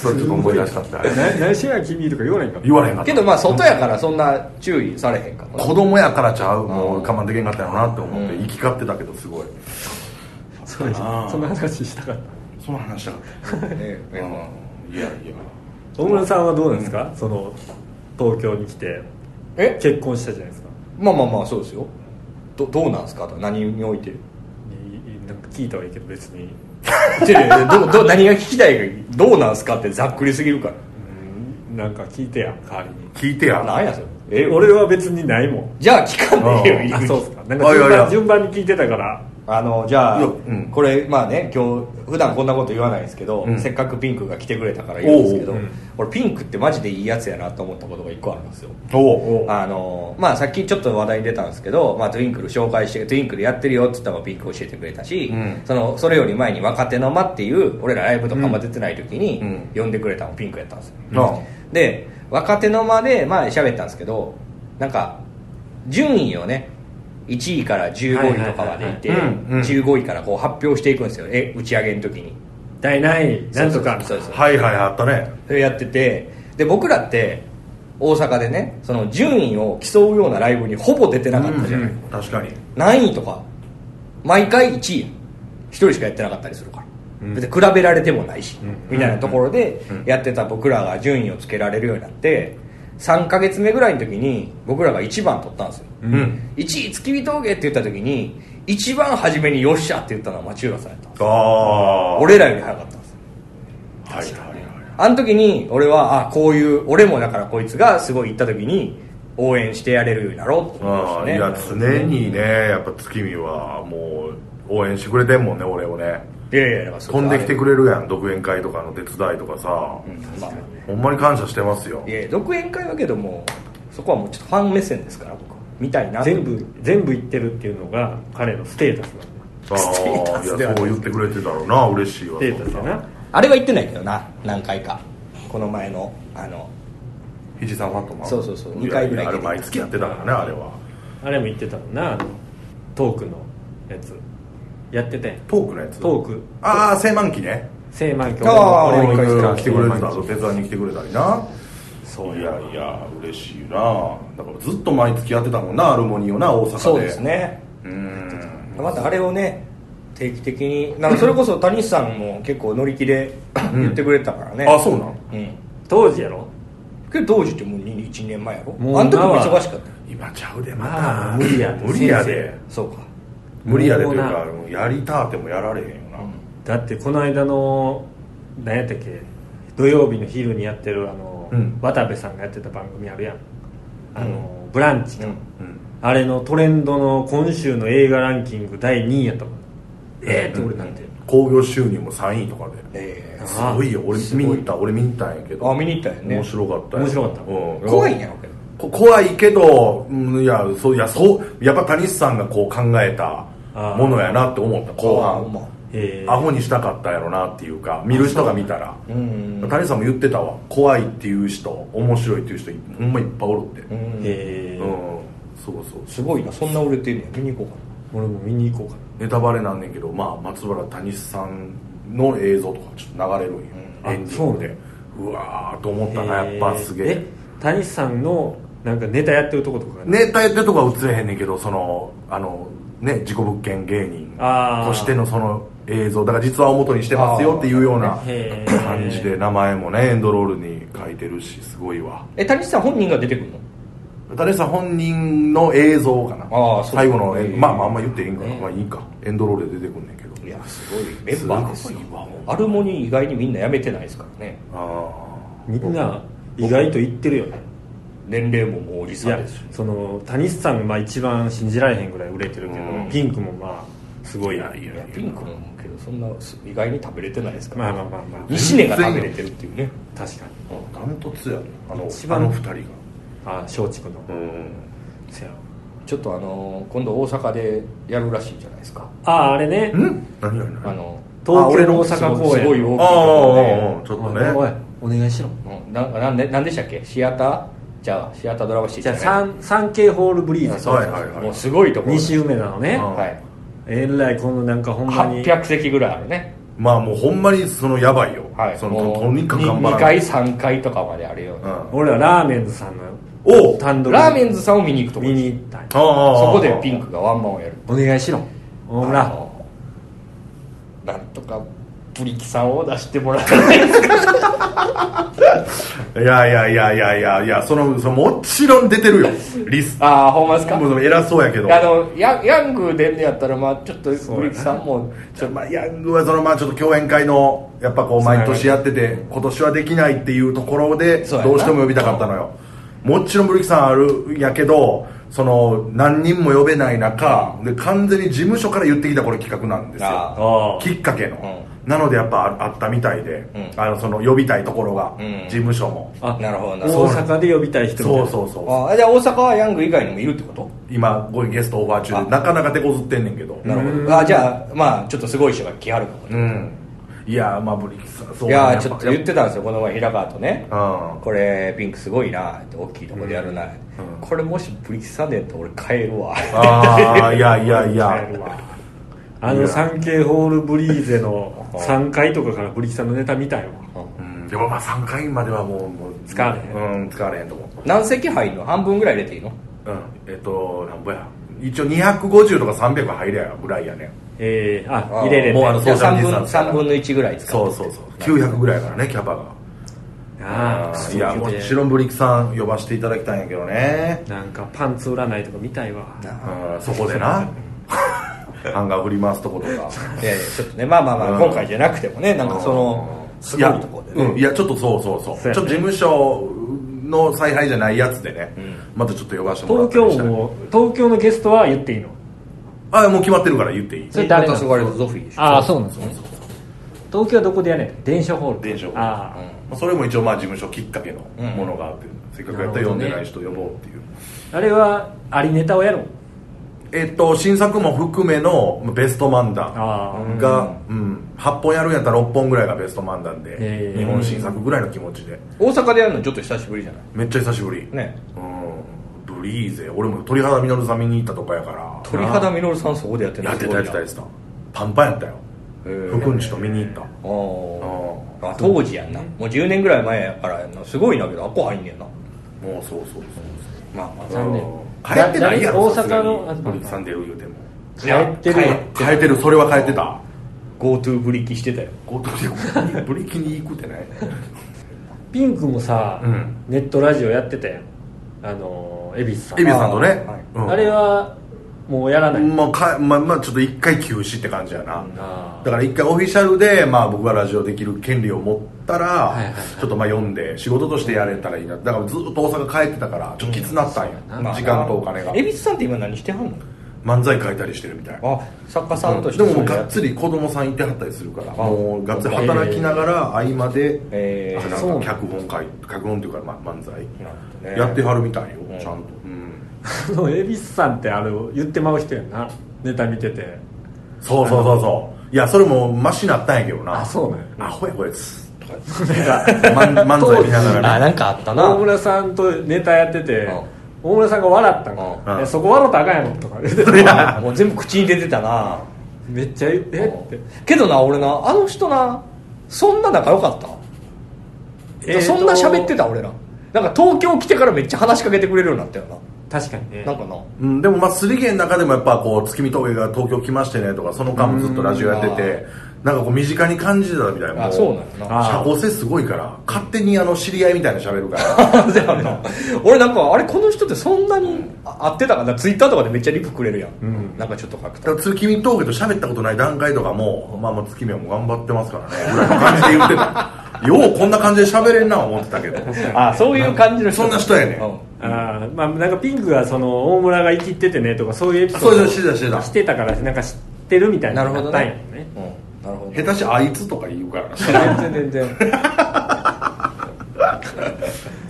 [SPEAKER 4] それちょっと思い出したんであれ
[SPEAKER 1] な何しや君とか言わないか
[SPEAKER 4] 言われへんか
[SPEAKER 2] ー
[SPEAKER 4] っ
[SPEAKER 2] け
[SPEAKER 4] た
[SPEAKER 2] どまあ外やからそんな注意されへんかもな
[SPEAKER 4] 子供やからちゃうもう我慢できんかったよなって思って行き交ってたけどすごい
[SPEAKER 1] そん
[SPEAKER 4] あー
[SPEAKER 1] な話したかっ
[SPEAKER 4] その話したかった
[SPEAKER 2] ね
[SPEAKER 4] <laughs>
[SPEAKER 2] ね
[SPEAKER 4] いやいや
[SPEAKER 1] た大村さんはどうなんですか、その東京に来て
[SPEAKER 2] え
[SPEAKER 1] 結婚したじゃないですか
[SPEAKER 2] まあまあまあそうですよどどうなんすかと何において
[SPEAKER 1] いいなんか聞いたはいいけど別に
[SPEAKER 2] 違う違う違うどうどう何が聞きたいかどうなんすかってざっくりすぎるから
[SPEAKER 1] うんなんか聞いてや代わりに
[SPEAKER 4] 聞いてや
[SPEAKER 2] 何やそれえ
[SPEAKER 1] 俺は別にないもん
[SPEAKER 2] じゃあ聞かねえよ入り
[SPEAKER 1] あ
[SPEAKER 2] 口
[SPEAKER 1] そうですかなんか
[SPEAKER 4] あい
[SPEAKER 1] 順
[SPEAKER 4] やいや
[SPEAKER 1] 番順番に聞いてたから
[SPEAKER 2] あのじゃあ、
[SPEAKER 4] いやうん
[SPEAKER 2] これまあね今日普段こんなこと言わないですけど、
[SPEAKER 4] ん
[SPEAKER 2] せっかくピンクが来てくれたから言うんですけど
[SPEAKER 1] おうおううん
[SPEAKER 2] 俺ピンクってマジでいいやつやなと思ったことが一個あるんですよ
[SPEAKER 4] おお
[SPEAKER 2] あのまあさっきちょっと話題に出たんですけど、まあ、トゥインクル紹介してトゥインクルやってるよって言ったのがピンク教えてくれたし、
[SPEAKER 4] うん
[SPEAKER 2] そのそれより前に若手の間っていう俺らライブとかも出てない時に
[SPEAKER 4] うん
[SPEAKER 2] 呼んでくれたのもピンクやったんですよ、
[SPEAKER 4] なあ
[SPEAKER 2] で若手の間でまあ喋ったんですけどなんか順位をね1位から15位とかまでいて
[SPEAKER 4] はいはいはいはいうんうん
[SPEAKER 2] 15位からこう発表していくんですよえ打ち上げの時に
[SPEAKER 1] 第何位なんとか
[SPEAKER 2] そうそうそう
[SPEAKER 4] はいはいあったね
[SPEAKER 2] それやっててで僕らって大阪でねその順位を競うようなライブにほぼ出てなかったじゃない、
[SPEAKER 4] 確かに
[SPEAKER 2] 何位とか毎回1位やん一人しかやってなかったりするから、
[SPEAKER 1] ん
[SPEAKER 2] 別に比べられてもないし、みたいなところでやってた僕らが順位をつけられるようになって3ヶ月目ぐらいの時に僕らが1番取ったんですよ、
[SPEAKER 1] うん
[SPEAKER 4] うん
[SPEAKER 2] 1位月見峠って言った時に一番初めに「よっしゃ」って言ったのは町浦さんやったんです
[SPEAKER 4] ああ
[SPEAKER 2] 俺らより早かったんです
[SPEAKER 4] はいはいはい
[SPEAKER 2] あの時に俺はあこういう俺もだからこいつがすごい行った時に応援してやれるようになろうって思いまし
[SPEAKER 4] あ
[SPEAKER 2] た
[SPEAKER 4] あい
[SPEAKER 2] ね
[SPEAKER 4] や常にねやっぱ月見はもう応援してくれてんもんね俺をね
[SPEAKER 2] いやいやだからそれ
[SPEAKER 4] 飛んできてくれるやん独演会とかの手伝いとかさ、
[SPEAKER 2] うんまあ
[SPEAKER 4] ほんまに感謝してますよ
[SPEAKER 2] いや独演会だけどもそこはもうちょっとファン目線ですから僕は見たいな
[SPEAKER 1] 全部全部言ってるっていうのが彼のステータスなんだ
[SPEAKER 4] ああいやそう言ってくれてたろうな嬉しいわ
[SPEAKER 1] ステータスや
[SPEAKER 4] な
[SPEAKER 1] な
[SPEAKER 2] あれは言ってないけどな何回かこの前のあの
[SPEAKER 4] 肘さんファットマン
[SPEAKER 2] そうそうそう
[SPEAKER 4] や
[SPEAKER 2] 二回ぐらい
[SPEAKER 4] やあれ毎月やってたからねあれは
[SPEAKER 1] あれも言ってたもんなあのトークのやつやってて
[SPEAKER 4] トークのやつ
[SPEAKER 1] トーク
[SPEAKER 4] ああ正満期ね
[SPEAKER 1] 聖満教
[SPEAKER 2] あー
[SPEAKER 4] 俺も
[SPEAKER 2] 俺
[SPEAKER 4] い
[SPEAKER 2] も
[SPEAKER 4] ろ
[SPEAKER 2] 一
[SPEAKER 4] い
[SPEAKER 2] 回
[SPEAKER 4] ろ
[SPEAKER 2] 来てくれ
[SPEAKER 4] 来てくれ
[SPEAKER 2] た
[SPEAKER 4] てたと手伝いに来てくれたりな
[SPEAKER 1] そう
[SPEAKER 4] い
[SPEAKER 1] や
[SPEAKER 4] やいや嬉しいなだからずっと毎月やってたもんなアルモニーをな大阪で
[SPEAKER 2] そうですね
[SPEAKER 4] うん
[SPEAKER 2] またあれをね定期的になんかそれこそ谷さんも結構乗り気で言ってくれたからね、
[SPEAKER 4] あそうなん
[SPEAKER 2] うん
[SPEAKER 1] 当時やろ
[SPEAKER 2] けど当時ってもう2 1年前やろ
[SPEAKER 1] もう
[SPEAKER 2] あの時も
[SPEAKER 1] 今は
[SPEAKER 2] 忙しかった
[SPEAKER 4] 今ちゃうでま
[SPEAKER 1] ま
[SPEAKER 4] た
[SPEAKER 1] あ無理や
[SPEAKER 4] 無理やで
[SPEAKER 1] 先
[SPEAKER 2] そうか
[SPEAKER 4] 無理やでというか
[SPEAKER 1] も
[SPEAKER 4] もうやりたーてもやられへんよな、
[SPEAKER 1] だってこの間の何やったっけ土曜日の昼にやってるあの、
[SPEAKER 4] うん
[SPEAKER 1] 渡部さんがやってた番組あるやん「あのブランチ
[SPEAKER 2] う
[SPEAKER 1] の」
[SPEAKER 2] ん
[SPEAKER 4] うん
[SPEAKER 1] あれのトレンドの今週の映画ランキング第2位やったもんええって俺なんて、
[SPEAKER 4] 興行収入も3位とかで
[SPEAKER 2] え
[SPEAKER 1] あ
[SPEAKER 4] すごいよ俺
[SPEAKER 1] すご
[SPEAKER 4] 見
[SPEAKER 1] い
[SPEAKER 4] に行った俺見に行ったんやけ
[SPEAKER 2] え
[SPEAKER 4] ど
[SPEAKER 2] あ見に行ったんやね
[SPEAKER 4] 面白かったよ
[SPEAKER 1] 面白かった
[SPEAKER 4] うん
[SPEAKER 2] い怖いんやろうけど
[SPEAKER 4] こ怖いけど、うんいやそういやそうやっぱ谷さんがこう考えたものやなって思った後
[SPEAKER 2] あほんま
[SPEAKER 4] 半
[SPEAKER 1] ええ
[SPEAKER 4] アホにしたかったやろなっていうか見る人が見たら
[SPEAKER 2] うん
[SPEAKER 4] 谷さんも言ってたわ怖いっていう人面白いっていう人ほんまいっぱいおるってうん、
[SPEAKER 2] うん
[SPEAKER 1] ええ
[SPEAKER 4] そうそう
[SPEAKER 2] すごいなそんな売れてんねや見に行こうか
[SPEAKER 1] 俺も見に行こうかな
[SPEAKER 4] ネタバレなんねんけど、まあ、松原谷さんの映像とかちょっと流れるんよ、
[SPEAKER 1] うん
[SPEAKER 4] エンディング
[SPEAKER 1] あ
[SPEAKER 4] でうわーと思ったなやっぱすげえ
[SPEAKER 1] え谷さんのなんかネタやってるとことかが
[SPEAKER 4] ネタやってるとこは映れへんねんけどそのあのね自己物件芸人
[SPEAKER 1] あー
[SPEAKER 4] としてのその映像だから実はを元にしてますよっていうような
[SPEAKER 1] あーへー
[SPEAKER 4] 感じで名前もねエンドロールに書いてるしすごいわ
[SPEAKER 2] なえ谷さん本人が出てくるの
[SPEAKER 4] 誰さん本人の映像かな
[SPEAKER 2] あーそう
[SPEAKER 4] 最後のエン
[SPEAKER 2] へー
[SPEAKER 4] まあまああんま言っていいんかな、
[SPEAKER 2] ね
[SPEAKER 4] まあいいかエンドロールで出てくんねんけど
[SPEAKER 2] いやすごいメンバーですよ
[SPEAKER 4] すごいわほんま
[SPEAKER 2] アルモニー以外にみんな辞めてないですからね
[SPEAKER 4] あ
[SPEAKER 1] みんな意外と言ってるよね
[SPEAKER 2] 年齢ももうおじ
[SPEAKER 1] い
[SPEAKER 2] さん
[SPEAKER 1] や
[SPEAKER 2] ですし
[SPEAKER 1] その谷さんが一番信じられへんぐらい売れてるけど、
[SPEAKER 2] うん
[SPEAKER 1] ピンクもまあすごい
[SPEAKER 4] いやいや
[SPEAKER 2] いやピンクもけどそんな意外に食べれてないですから
[SPEAKER 1] まあまあまあまあ
[SPEAKER 2] 西根が食べれてるっていうね
[SPEAKER 1] 確かに
[SPEAKER 4] ダントツやねあの
[SPEAKER 1] 一番
[SPEAKER 4] あの二人が
[SPEAKER 1] あ松竹の、
[SPEAKER 4] うん
[SPEAKER 1] せやわ
[SPEAKER 2] ちょっとあの今度大阪でやるらしいじゃないですか
[SPEAKER 1] あああれね
[SPEAKER 4] ん何が
[SPEAKER 2] あ
[SPEAKER 4] 何
[SPEAKER 2] の
[SPEAKER 1] 東京
[SPEAKER 4] 俺の
[SPEAKER 1] 大阪公演
[SPEAKER 2] すごい大きい
[SPEAKER 4] ああああああ
[SPEAKER 2] と
[SPEAKER 4] ちょっと
[SPEAKER 1] おい
[SPEAKER 4] ね
[SPEAKER 1] おいお願いしろ
[SPEAKER 2] ころでうんななんでなんでしたっけシアターじゃあシアタードラマシー
[SPEAKER 1] じゃあ
[SPEAKER 2] ない
[SPEAKER 1] 三三 k ホールブリーズ
[SPEAKER 4] そうはいはいはい
[SPEAKER 2] もうすごいところ
[SPEAKER 1] 西梅田のね
[SPEAKER 4] うん
[SPEAKER 2] はい
[SPEAKER 1] えらいこのなんかほんまに
[SPEAKER 2] 800席ぐらいあるね
[SPEAKER 4] まあもうほんまにそのやばいよ、
[SPEAKER 2] はい
[SPEAKER 4] そ
[SPEAKER 2] も
[SPEAKER 4] の
[SPEAKER 2] う
[SPEAKER 4] ととにかく
[SPEAKER 2] に
[SPEAKER 4] 頑張ら
[SPEAKER 2] 2
[SPEAKER 4] ない
[SPEAKER 2] 階3階とかまであるよ
[SPEAKER 4] うん、あ
[SPEAKER 1] 俺はラーメンズさんの
[SPEAKER 4] おう
[SPEAKER 1] 単独
[SPEAKER 2] ラーメンズさんを見に行くとこ
[SPEAKER 1] 見
[SPEAKER 2] です
[SPEAKER 1] に行ったんや
[SPEAKER 4] あああ
[SPEAKER 2] そこでピンクがワンマンをやる
[SPEAKER 1] お願いしろ大
[SPEAKER 2] あ
[SPEAKER 1] 村
[SPEAKER 2] のなんとかプリキさんを出して
[SPEAKER 4] <laughs>
[SPEAKER 2] もらえないですか
[SPEAKER 4] いやいやいやいやいやいやそのそのもちろん出てるよリス
[SPEAKER 2] ああほんまですか
[SPEAKER 4] もうその偉そうやけど
[SPEAKER 2] あのヤヤング出んのやったらまあちょっとプリキさんもちょっと
[SPEAKER 4] まあ、ヤングはそのまあちょっと共演会のやっぱこう毎年やってて今年はできないっていうところで
[SPEAKER 2] そうやな
[SPEAKER 4] どうしても呼びたかったのよもちろんブリキさんあるんやけどその何人も呼べない中で完全に事務所から言ってきたこれ企画なんですよ
[SPEAKER 2] あ
[SPEAKER 1] あ
[SPEAKER 4] きっかけの、なのでやっぱああったみたいで、
[SPEAKER 2] うん
[SPEAKER 4] あのその呼びたいところが、
[SPEAKER 2] うん
[SPEAKER 4] 事務所も
[SPEAKER 1] あ
[SPEAKER 2] なるほどなるほ
[SPEAKER 1] 大阪で呼びたい人みたい
[SPEAKER 4] そ
[SPEAKER 1] な
[SPEAKER 4] うそうそう
[SPEAKER 2] どあじゃあ大阪はヤング以外にもいるってこと
[SPEAKER 4] 今ごゲストオファー中
[SPEAKER 2] あ
[SPEAKER 4] でなかなか手こずってんねんけど
[SPEAKER 2] なるほどあじゃあまあちょっとすごい人が来はるかもね
[SPEAKER 4] うんいやまあブリキさんそ
[SPEAKER 2] い
[SPEAKER 4] うね
[SPEAKER 2] や
[SPEAKER 4] や
[SPEAKER 2] ー
[SPEAKER 4] ぱ
[SPEAKER 2] ちょっと言ってたんですよこの前平川とね
[SPEAKER 4] うん
[SPEAKER 2] これピンクすごいなって大きいとこでやるなこれもしプリキさんでやったら俺帰るわ <laughs>
[SPEAKER 4] ああいやいやいや
[SPEAKER 1] あの 3K ホールブリーゼ
[SPEAKER 4] <laughs>
[SPEAKER 1] の3階とかからブリキさんのネタ見たよ
[SPEAKER 4] うんでもまあ3回まではもうもう
[SPEAKER 1] 使われへ
[SPEAKER 4] んうん使われへんと思
[SPEAKER 2] 何席入るの半分ぐらい入れていいの
[SPEAKER 4] ううんえっとなんぼや一応250とか300入れやぐらいやね
[SPEAKER 1] ええあ入れれ
[SPEAKER 4] もうあ
[SPEAKER 1] て
[SPEAKER 4] の
[SPEAKER 2] じゃあ
[SPEAKER 4] そう
[SPEAKER 2] 3
[SPEAKER 4] じゃん
[SPEAKER 2] 分三分の1ぐらい使
[SPEAKER 4] そうそうそう900ぐらいからねキャパが
[SPEAKER 1] あ
[SPEAKER 4] いやもちろんブリックさん呼ばせていただきたいんやけどね
[SPEAKER 1] なんかパンツ占いとか見たいわ
[SPEAKER 4] うんそこ
[SPEAKER 1] <laughs>
[SPEAKER 4] でなハンガー振り回すとことか
[SPEAKER 2] いやいやちょっとねまあまあまあ
[SPEAKER 4] うん
[SPEAKER 2] 今回じゃなくてもねなんかそのすごいとこで
[SPEAKER 4] いや,、
[SPEAKER 2] ね
[SPEAKER 4] うん、いやちょっとそうそうそう
[SPEAKER 1] そうやね
[SPEAKER 4] ちょっと事務所の采配じゃないやつでね、
[SPEAKER 2] ん
[SPEAKER 4] またちょっと呼ばせてもらっ
[SPEAKER 1] 東
[SPEAKER 4] たりし
[SPEAKER 1] 京
[SPEAKER 4] たい
[SPEAKER 1] も東京のゲストは言っていいの
[SPEAKER 4] あもう決まってるから言っていい
[SPEAKER 3] それ誰なんですか
[SPEAKER 2] 黄昏とゾフィーでしょ
[SPEAKER 3] ああそうなんですね
[SPEAKER 1] 東京はどこでやねん電車ホール
[SPEAKER 4] 電車ホール
[SPEAKER 1] あ
[SPEAKER 2] うん
[SPEAKER 4] まあそれも一応まあ事務所きっかけのものがあって、せっかくやったら呼んでない人呼ぼうっていう、
[SPEAKER 1] ああれはありネタをやろう
[SPEAKER 4] えっと新作も含めのベスト漫談
[SPEAKER 1] ああ
[SPEAKER 4] が、うん、8本やるんやったら6本ぐらいがベスト漫談
[SPEAKER 1] へー
[SPEAKER 4] で日本新作ぐらいの気持ちで
[SPEAKER 2] 大阪でやるのちょっと久しぶりじゃない
[SPEAKER 4] めっちゃ久しぶり、
[SPEAKER 2] ね
[SPEAKER 4] うんブリーゼ俺も鳥肌みのるさん見に行ったとかやから
[SPEAKER 2] 鳥肌みのるさんそこでやってる
[SPEAKER 4] やってたやってたやっ
[SPEAKER 2] す
[SPEAKER 4] てたパンパンやったよ
[SPEAKER 2] ごいなへー
[SPEAKER 4] 福んちと見に行った
[SPEAKER 2] あーあ当時やんなもう10年ぐらい前やからやんなすごいなけどあっこ入んねやな
[SPEAKER 4] もうそうそうそう
[SPEAKER 2] まあまあ
[SPEAKER 4] そう
[SPEAKER 1] 残念
[SPEAKER 4] 帰ってないやろ
[SPEAKER 1] 大阪の
[SPEAKER 4] さすがにブリーゼさん出る言うても
[SPEAKER 1] 帰ってる
[SPEAKER 2] い
[SPEAKER 1] よ
[SPEAKER 2] や
[SPEAKER 4] 変えてるそれは変えてた
[SPEAKER 2] GoTo ブリキしてたよ
[SPEAKER 4] ゴートリブリキに行くってない
[SPEAKER 1] ピンクもさ、
[SPEAKER 4] うん
[SPEAKER 1] ネットラジオやってたやんあの恵比寿さん
[SPEAKER 4] エビさんとね、
[SPEAKER 2] はい
[SPEAKER 4] うん
[SPEAKER 1] あれはもうやらない、
[SPEAKER 4] まあかまあまあちょっと一回休止って感じやな、
[SPEAKER 1] あ
[SPEAKER 4] だから一回オフィシャルで、まあ、僕がラジオできる権利を持ったら、
[SPEAKER 1] いはいはい
[SPEAKER 4] ちょっとまあ読んで仕事としてやれたらいいなだからずっと大阪帰ってたからちょっときつなったんや、
[SPEAKER 1] うん
[SPEAKER 4] 時間とお金が
[SPEAKER 2] 恵比寿さんって今何してはんの
[SPEAKER 4] 漫才書いたりしてるみたい
[SPEAKER 2] あ作家さんとして
[SPEAKER 4] でももう
[SPEAKER 2] それや
[SPEAKER 4] が
[SPEAKER 2] っ
[SPEAKER 4] っつり子供さんいてはったりするから
[SPEAKER 2] あ
[SPEAKER 4] もうがっつり働きながら合間で、
[SPEAKER 2] えー
[SPEAKER 4] あなん
[SPEAKER 1] そうなん
[SPEAKER 4] か
[SPEAKER 1] だ
[SPEAKER 4] 脚本書い脚本っていうか、まあ、漫才
[SPEAKER 2] なるほどね
[SPEAKER 4] やってはるみたいよ、
[SPEAKER 2] ん
[SPEAKER 4] ちゃんと、うん
[SPEAKER 1] あの恵比寿さんってあれ言ってまう人やんなネタ見てて
[SPEAKER 4] そうそうそうそういやそれもマシになったんやけどな
[SPEAKER 1] あそうなんや
[SPEAKER 4] アホやこいつとか <laughs> 漫漫才見なが
[SPEAKER 3] あ
[SPEAKER 4] らね
[SPEAKER 3] なんかあったな
[SPEAKER 4] <laughs>
[SPEAKER 1] 大村さんとネタやってて
[SPEAKER 2] うん
[SPEAKER 1] 大村さんが笑ったんか
[SPEAKER 4] うん
[SPEAKER 1] えそこ笑ったらあかんやろ」とか言
[SPEAKER 2] <laughs>
[SPEAKER 1] ってて
[SPEAKER 2] あもう全部口に出てたな
[SPEAKER 1] めっちゃ言ってって
[SPEAKER 2] けどな俺なあの人なそんな仲良かった、
[SPEAKER 1] えーと
[SPEAKER 2] そんな喋ってた俺らなんか東京来てからめっちゃ話しかけてくれるようになったよな、
[SPEAKER 1] 確かにね
[SPEAKER 2] なんかな
[SPEAKER 4] うん、でもまあすり減の中でもやっぱこう月見峠が東京来ましてねとかその間もずっとラジオやっててなんかこう身近に感じてたみたいも
[SPEAKER 2] あそうなんやな
[SPEAKER 1] あー
[SPEAKER 4] 社交性すごいから勝手にあの知り合いみたいな喋るから
[SPEAKER 2] <laughs> そうやな俺なんかあれこの人ってそんなにあ会ってたかなツイッターとかでめっちゃリプくれるやん、なんかちょっと書く
[SPEAKER 4] だから
[SPEAKER 2] と
[SPEAKER 4] 月見峠と喋ったことない段階とかもまあまあ月見はもう頑張ってますからねぐらいの感じで言ってたようこんな感じで喋れんな思ってたけど
[SPEAKER 2] あそういう感じの人
[SPEAKER 4] そんな人やねん
[SPEAKER 2] うん
[SPEAKER 1] あーまあなんかピンクがその大村が生きててねとかそういうエピソ
[SPEAKER 4] そうそうし
[SPEAKER 1] ー
[SPEAKER 4] てたして
[SPEAKER 1] ド
[SPEAKER 4] た
[SPEAKER 1] をしてたからなんか知ってるみたい
[SPEAKER 2] な
[SPEAKER 1] な
[SPEAKER 2] るほ
[SPEAKER 1] の
[SPEAKER 2] ど
[SPEAKER 1] ったんや
[SPEAKER 2] ね
[SPEAKER 1] ろね
[SPEAKER 2] うん、なるほどね
[SPEAKER 4] 下手しあいつとか言うからな
[SPEAKER 1] 全然全然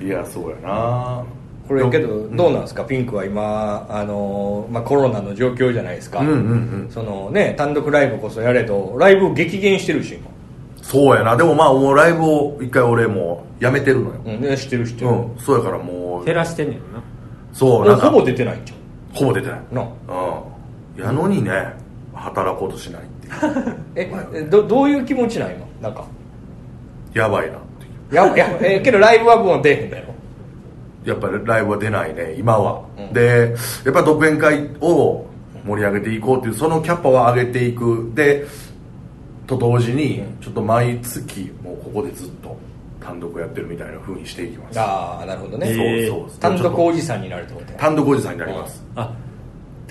[SPEAKER 4] いやそうやな
[SPEAKER 2] これけど
[SPEAKER 4] うん
[SPEAKER 2] どうなんですか、ピンクは今、あのーまあ、コロナの状況じゃないですか、
[SPEAKER 4] うんうんうん
[SPEAKER 2] そのね、単独ライブこそやれどライブ激減してるし今、
[SPEAKER 4] そうやなでもまあもうライブを一回俺もうやめてるのよ
[SPEAKER 2] うんね、してるして
[SPEAKER 4] う
[SPEAKER 2] る、
[SPEAKER 4] ん、そうやからもう
[SPEAKER 1] <laughs> 照らしてんねんな
[SPEAKER 4] そう
[SPEAKER 2] も
[SPEAKER 4] な
[SPEAKER 2] うん
[SPEAKER 4] か
[SPEAKER 2] ほぼ出てないんちゃ
[SPEAKER 4] ほぼ出てないう
[SPEAKER 2] なあ
[SPEAKER 4] うんやのにね働こうとしないっていう
[SPEAKER 2] <laughs> ええどどういう気持ちなん今なんか
[SPEAKER 4] やばいなってい
[SPEAKER 2] やばいやばいえけどライブはもう出へんだよ
[SPEAKER 4] うやっぱりライブは出ないね今は、
[SPEAKER 2] うん
[SPEAKER 4] でやっぱ独演会を盛り上げていこうっていうそのキャパは上げていくでと同時にちょっと毎月もうここでずっと単独やってるみたいな風にしていきます
[SPEAKER 2] ああなるほどね、
[SPEAKER 1] えー
[SPEAKER 4] そうそうそう
[SPEAKER 2] 単
[SPEAKER 4] ちょっ
[SPEAKER 2] 独
[SPEAKER 4] と
[SPEAKER 2] おじさんになるってことや
[SPEAKER 4] 単独おじさんになります、
[SPEAKER 1] あ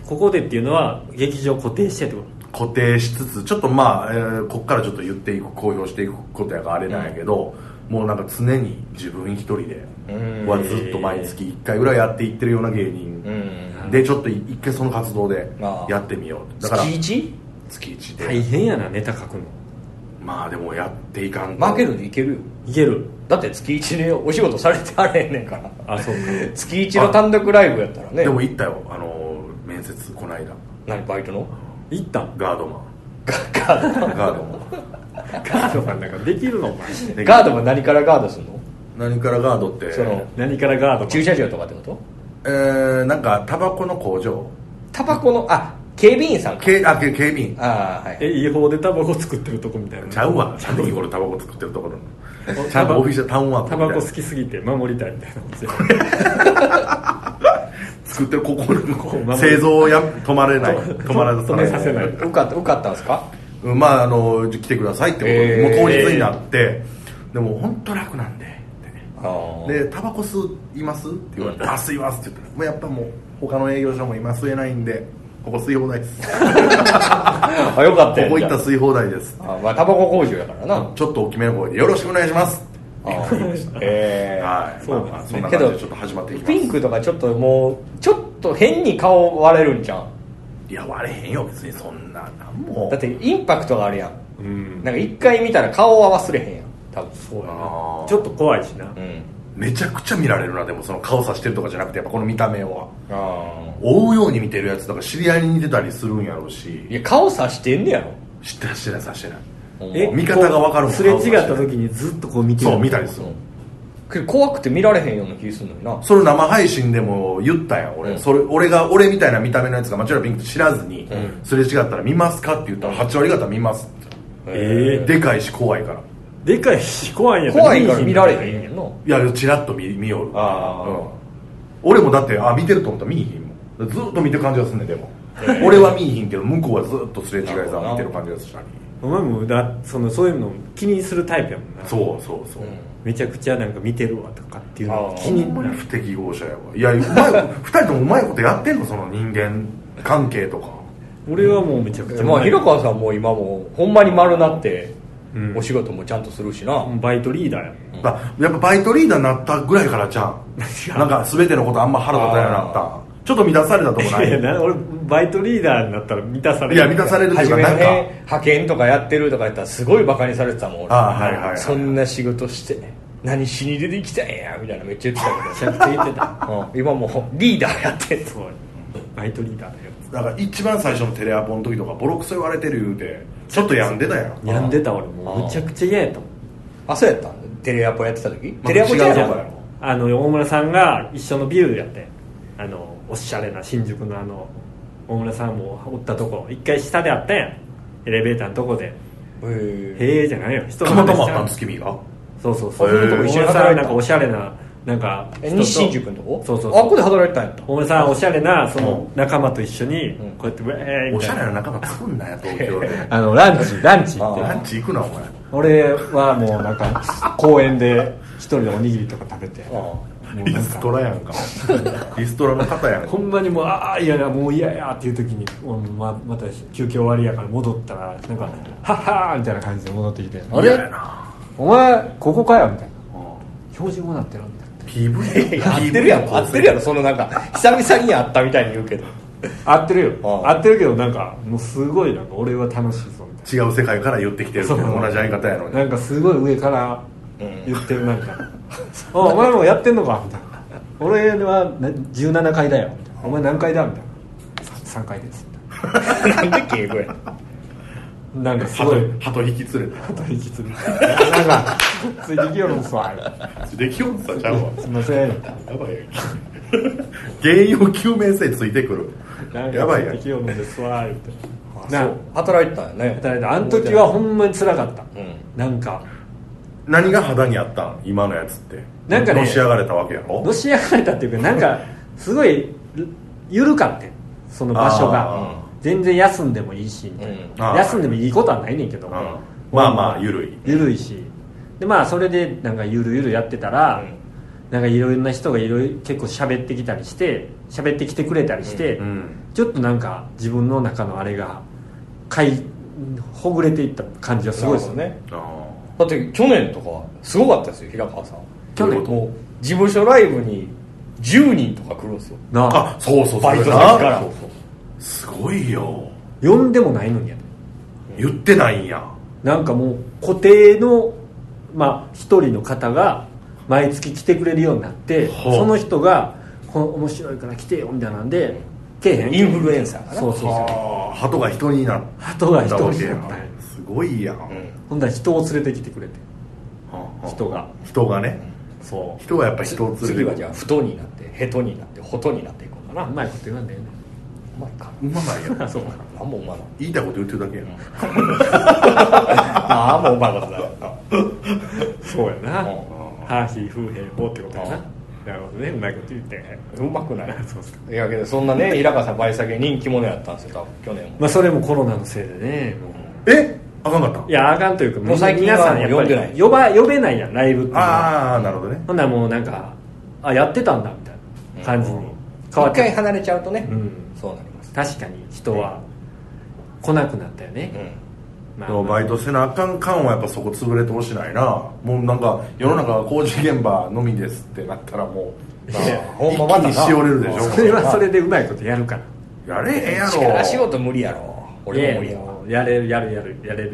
[SPEAKER 1] ここでっていうのは劇場固定してってこと
[SPEAKER 4] 固定しつつちょっとまあ、えーこっからちょっと言っていく公表していくことやからあれなんやけど、もうなんか常に自分一人で
[SPEAKER 2] うん
[SPEAKER 4] はずっと毎月1回ぐらいやっていってるような芸人、
[SPEAKER 2] うん
[SPEAKER 4] でちょっと一回その活動で
[SPEAKER 2] ああ
[SPEAKER 4] やってみようとだから
[SPEAKER 2] 月一
[SPEAKER 4] 月1で、
[SPEAKER 1] 大変やなネタ書くの
[SPEAKER 4] まあでもやっていかんと
[SPEAKER 2] 負けるでいけるよ
[SPEAKER 1] いける
[SPEAKER 2] だって月一でお仕事されてあれへんねんから
[SPEAKER 1] あそうか
[SPEAKER 2] 月一の単独ライブやったらね
[SPEAKER 4] でも行ったよあのー面接この間
[SPEAKER 2] 何バイトの
[SPEAKER 1] 行ったん
[SPEAKER 4] ガードマン
[SPEAKER 2] ガー
[SPEAKER 4] ガードマン
[SPEAKER 1] ガードマンなんかできるのお前
[SPEAKER 2] ドガードは何からガードするの
[SPEAKER 4] 何からガードって
[SPEAKER 2] その
[SPEAKER 1] 何からガードマン
[SPEAKER 2] 駐車場とかってこと
[SPEAKER 4] えー、なんかタバコの工場
[SPEAKER 2] タバコのあ警備員さんか
[SPEAKER 4] けあけ警備員
[SPEAKER 2] ああはい
[SPEAKER 1] え違法でタバコ作ってるとこみたいな
[SPEAKER 4] ちゃうわちゃんと日頃タバコ作ってるところのちゃんとオフィシャルタウンワーク
[SPEAKER 1] タ
[SPEAKER 4] みたい
[SPEAKER 1] バ
[SPEAKER 4] な
[SPEAKER 1] コ好きすぎて守りたいみたいな
[SPEAKER 4] 作ってるここの
[SPEAKER 1] こ守る
[SPEAKER 4] 製造や止まれない止まらず
[SPEAKER 1] 止めさせない
[SPEAKER 2] 受かった受かったんですか
[SPEAKER 4] うんまああの来てくださいってことで、
[SPEAKER 2] えー
[SPEAKER 4] もう当日になってでも本当楽なんでってね
[SPEAKER 2] ああ
[SPEAKER 4] で「タバコ吸います?」って言われて「あ吸います」って言ったら「もうやっぱもう他の営業所も今吸えないんでここ吸い放題
[SPEAKER 1] <laughs>
[SPEAKER 4] ですこ
[SPEAKER 2] <laughs> あよかったやん
[SPEAKER 4] こ行った
[SPEAKER 2] じ
[SPEAKER 4] ら吸い放題です
[SPEAKER 2] ゃああまあタバコ工場やからなあ
[SPEAKER 4] ちょっと大きめの声で「よろしくお願いします」
[SPEAKER 2] あ
[SPEAKER 4] <laughs>
[SPEAKER 2] ええ
[SPEAKER 4] はい
[SPEAKER 1] そう
[SPEAKER 4] まあまあ
[SPEAKER 1] そ
[SPEAKER 4] そ
[SPEAKER 1] うんな
[SPEAKER 4] なん
[SPEAKER 2] け
[SPEAKER 4] 感
[SPEAKER 2] ど
[SPEAKER 4] じでちょっと始まっていきます
[SPEAKER 2] ピンクとかちょっともうちょっと変に顔割れるんじゃん
[SPEAKER 4] いや割れへんよ別にそんななんも
[SPEAKER 2] だってインパクトがあるやん
[SPEAKER 1] うん
[SPEAKER 2] なんか一回見たら顔は忘れへんやん多分
[SPEAKER 1] そうやな
[SPEAKER 4] あー
[SPEAKER 1] ちょっと怖いしな
[SPEAKER 2] うん
[SPEAKER 4] めちゃくちゃ見られるなでもその顔さしてるとかじゃなくてやっぱこの見た目は
[SPEAKER 2] あ
[SPEAKER 4] 追うように見てるやつとか知り合いに似てたりするんやろうし
[SPEAKER 2] あいや顔さしてんねやろ
[SPEAKER 4] 知ってらっしゃないさしてない
[SPEAKER 1] え
[SPEAKER 4] 見方が分かる
[SPEAKER 1] こ
[SPEAKER 4] もん
[SPEAKER 1] うすれ違った時にずっとこう見てる
[SPEAKER 4] そう見たりする
[SPEAKER 2] けど怖くて見られへんような気すんのにな
[SPEAKER 4] それ生配信でも言ったやん俺、
[SPEAKER 2] うん
[SPEAKER 4] それ俺が俺みたいな見た目のやつが町浦ピンクと知らずに、すれ違ったら見ますかって言ったら8割方見ますって
[SPEAKER 1] ええ
[SPEAKER 4] でかいし怖いから
[SPEAKER 1] でかいし怖いんやった
[SPEAKER 2] 怖いから見られへんや
[SPEAKER 1] ん
[SPEAKER 2] んない
[SPEAKER 4] やチラッと見見よる
[SPEAKER 2] あー
[SPEAKER 4] うん、俺もだってあ見てると思ったら見いひんもんずっと見てる感じがすんねんでも、俺は見いひんけど向こうはずっとすれ違いざ見てる感じがするし
[SPEAKER 1] お前もだそのそういうの気にするタイプやもんな
[SPEAKER 4] そうそうそう、
[SPEAKER 1] めちゃくちゃなんか見てるわとかっていうの
[SPEAKER 5] あ
[SPEAKER 1] を
[SPEAKER 5] ー
[SPEAKER 1] 気に
[SPEAKER 4] ほんま
[SPEAKER 1] な
[SPEAKER 4] に
[SPEAKER 1] る
[SPEAKER 4] 不適合者やわいやうまい二人ともうまいことやってんのその人間関係とか
[SPEAKER 1] 俺はもうめちゃくちゃ
[SPEAKER 2] まあ平
[SPEAKER 1] も
[SPEAKER 2] 川さんも今もうほんまに丸なって
[SPEAKER 1] うん
[SPEAKER 2] お仕事もちゃんとするしな、
[SPEAKER 1] うバイトリーダーやもん
[SPEAKER 4] まあやっぱバイトリーダーになったぐらいからじゃんなんか全てのことあんま腹立たなくなったちょっと乱されたとこない
[SPEAKER 1] いやな俺バイトリーダーになったら満たされる
[SPEAKER 4] いや満たされるってい
[SPEAKER 2] 初
[SPEAKER 4] うか
[SPEAKER 2] めの
[SPEAKER 4] なん
[SPEAKER 2] ね
[SPEAKER 4] か
[SPEAKER 2] 派遣とかやってるとか言ったらすごいバカにされてたもん俺
[SPEAKER 4] ああはいはいはい
[SPEAKER 2] そんな仕事して何しに出てきたんやみたいなめっちゃ言ってたけどめちゃくちゃ言ってた、うん今もうリーダーやってん
[SPEAKER 1] そうバイトリーダーだよ
[SPEAKER 4] だから一番最初のテレアポの時とかボロクソ言われてる言うてちょっと病んでたやん
[SPEAKER 1] やんでた俺もうむちゃくちゃ嫌やと思う
[SPEAKER 2] あそうやったんテレアポやってた時、
[SPEAKER 4] まあ
[SPEAKER 2] テレアポちゃうや
[SPEAKER 4] 違う
[SPEAKER 2] ろ
[SPEAKER 4] と
[SPEAKER 2] こ
[SPEAKER 4] こや
[SPEAKER 2] れ
[SPEAKER 4] ろ
[SPEAKER 1] あの大村さんが一緒のビルやってあのおしゃれな新宿のあの大村さんもおったとこ一回下であったやんエレベーターのとこで「
[SPEAKER 2] へえ
[SPEAKER 1] へえ」じゃないよ人
[SPEAKER 4] たまたまあったんです君が
[SPEAKER 1] そうそうそう
[SPEAKER 4] へえ
[SPEAKER 1] 大村さんなんかおしゃれななんか人と
[SPEAKER 2] 西新宿のとこ
[SPEAKER 1] そうそう
[SPEAKER 2] あ
[SPEAKER 1] そ
[SPEAKER 2] こ
[SPEAKER 1] う
[SPEAKER 2] こで働いてたんやった
[SPEAKER 1] 大村さんおしゃれなその
[SPEAKER 4] う
[SPEAKER 1] 仲間と一緒に
[SPEAKER 2] ん
[SPEAKER 1] こうやってウェーイみ
[SPEAKER 4] お
[SPEAKER 1] た
[SPEAKER 4] し
[SPEAKER 1] い
[SPEAKER 4] ゃ
[SPEAKER 1] な
[SPEAKER 4] れな仲間作んなや東京で
[SPEAKER 1] <laughs>
[SPEAKER 2] あのランチランチ
[SPEAKER 4] あランチ行くなお前
[SPEAKER 1] 俺はもうなんか公園で一人でおにぎりとか食べてもう
[SPEAKER 4] リ
[SPEAKER 1] なん
[SPEAKER 4] ス
[SPEAKER 1] か
[SPEAKER 4] トラやんかリストラの方やんか
[SPEAKER 1] ほんまにもうああいやなもう嫌やっていう時にもうままた休憩終わりやから戻ったらなんか「はっはー」みたいな感じで戻ってきて「あ
[SPEAKER 4] 嫌や
[SPEAKER 1] れ
[SPEAKER 4] な
[SPEAKER 1] お前ここかよ」みたいな「標準語なってる」みたい
[SPEAKER 4] PV
[SPEAKER 2] 合ってるやろ合ってるやろそのなんか久々に会ったみたいに言うけど
[SPEAKER 1] な合ってるよ
[SPEAKER 2] あ
[SPEAKER 1] 合ってるけどなんかもうすごいなんか俺は楽しいぞみたい
[SPEAKER 4] 違う世界から寄ってきてる
[SPEAKER 1] な
[SPEAKER 4] って
[SPEAKER 1] そ
[SPEAKER 4] 同
[SPEAKER 1] の
[SPEAKER 4] じ相方やのに
[SPEAKER 1] なんかすごい上から言ってるなんか「 <laughs> おお前もやってんのか」みたいな「俺はな17階だよ」みたいな「お前何階だ?」みたいな「3階です」みたい
[SPEAKER 2] なんで敬語や
[SPEAKER 1] ななんかすごい
[SPEAKER 4] 鳩鳩引き連れた
[SPEAKER 1] 取引するなんかついてきよるんすわ
[SPEAKER 4] できよんさちゃうわ
[SPEAKER 1] すいません
[SPEAKER 4] やばいやん原因を究明せついてくる
[SPEAKER 1] なん
[SPEAKER 4] や
[SPEAKER 1] か
[SPEAKER 4] ばい
[SPEAKER 1] つい
[SPEAKER 4] やん
[SPEAKER 1] てきよるんですわ言ってな
[SPEAKER 2] 働いてたんやね
[SPEAKER 1] 働いてあの時はほんまにつらかった、
[SPEAKER 2] ん
[SPEAKER 1] なんか
[SPEAKER 4] 何が肌にあったん今のやつって
[SPEAKER 1] なんかね
[SPEAKER 4] のし上がれたわけやろ
[SPEAKER 1] のし上がれたっていうかなんかすごい緩かってんその場所
[SPEAKER 4] あー
[SPEAKER 1] が全然休んでもいいしみたいな
[SPEAKER 4] うんあー
[SPEAKER 1] 休んでもいいことはないねんけど、
[SPEAKER 4] うんまあまあ緩い
[SPEAKER 1] ゆるいしでまあそれでなんかゆるゆるやってたら、なんかいろんな人がいろいろ結構喋ってきたりして喋ってきてくれたりして、
[SPEAKER 4] うん
[SPEAKER 1] ちょっとなんか自分の中のあれがかいほぐれていった感じがすごいですよね
[SPEAKER 2] ね
[SPEAKER 4] あ
[SPEAKER 2] だって去年とかすごかったですよ平川さん
[SPEAKER 1] 去年
[SPEAKER 2] もう事務所ライブに10人とか来るんですよ
[SPEAKER 1] な
[SPEAKER 4] ーあ
[SPEAKER 1] あ
[SPEAKER 4] そうそう
[SPEAKER 2] バイ
[SPEAKER 4] そ
[SPEAKER 2] ト
[SPEAKER 4] れ
[SPEAKER 2] 先
[SPEAKER 4] な
[SPEAKER 2] から
[SPEAKER 4] すごいよ
[SPEAKER 1] 呼んでもないのにやで
[SPEAKER 4] 言ってないんや
[SPEAKER 1] なんかもう固定のまあ一人の方が毎月来てくれるようになって
[SPEAKER 4] ほう
[SPEAKER 1] その人がこの面白いから来てよみたいなんでけえへん
[SPEAKER 2] インフルエンサーかな
[SPEAKER 1] そうそうそう
[SPEAKER 4] ああ鳩が人になる
[SPEAKER 1] 鳩が人になったんや
[SPEAKER 4] すごいやん、
[SPEAKER 1] ほんだら人を連れてきてくれて人が
[SPEAKER 4] 人がね
[SPEAKER 1] そう
[SPEAKER 4] 人はやっぱ人を連れて
[SPEAKER 2] 次はじゃあ太になってヘトになってホトになっていこうかな
[SPEAKER 1] うまいこと言わんでえ
[SPEAKER 2] うまいか
[SPEAKER 4] うまないやん
[SPEAKER 1] えねそうか
[SPEAKER 2] なんもうまいな
[SPEAKER 4] 言いたいこと言ってるだけやん
[SPEAKER 2] <laughs> ああもううまいことだよ
[SPEAKER 1] そうやな
[SPEAKER 2] うん
[SPEAKER 1] ハーヒー風平法ってことやななるほどねうまいこと言ってへん
[SPEAKER 2] うま
[SPEAKER 1] <laughs>
[SPEAKER 2] くない
[SPEAKER 1] そうっすか
[SPEAKER 2] いやけどそんなね平川さんバイト先人気者やったんですよ多分去年も
[SPEAKER 1] まあそれもコロナのせいでねもう
[SPEAKER 4] えあかんかった
[SPEAKER 1] いやあかんというか
[SPEAKER 2] もう最近
[SPEAKER 1] 皆さんやっ
[SPEAKER 2] はも
[SPEAKER 1] ぱ
[SPEAKER 2] う呼んでない
[SPEAKER 1] り呼ば呼べないやんライブっていうのは
[SPEAKER 4] ああなるほどね
[SPEAKER 1] ほんならもうなんかあやってたんだみたいな感じに変わっ
[SPEAKER 2] 一回
[SPEAKER 1] て
[SPEAKER 2] 離れちゃうとね
[SPEAKER 1] うん
[SPEAKER 2] そうなります
[SPEAKER 1] 確かに人は来なくなったよ
[SPEAKER 2] う
[SPEAKER 1] ね
[SPEAKER 2] ん
[SPEAKER 1] まあ
[SPEAKER 4] でもバイトせなあかん感はやっぱそこ潰れてほしないなもうなんか世の中は工事現場のみですってなったらもう
[SPEAKER 2] まあ
[SPEAKER 1] いや
[SPEAKER 2] ほんまま
[SPEAKER 4] 一気
[SPEAKER 2] た
[SPEAKER 4] にしおれるでしょ
[SPEAKER 1] それはそれでうまいことやるから
[SPEAKER 4] やれへんやろ
[SPEAKER 2] 力仕事無理やろ
[SPEAKER 1] い
[SPEAKER 2] 俺
[SPEAKER 1] や
[SPEAKER 2] も無理やわ
[SPEAKER 1] もうやれるやるやるやれる、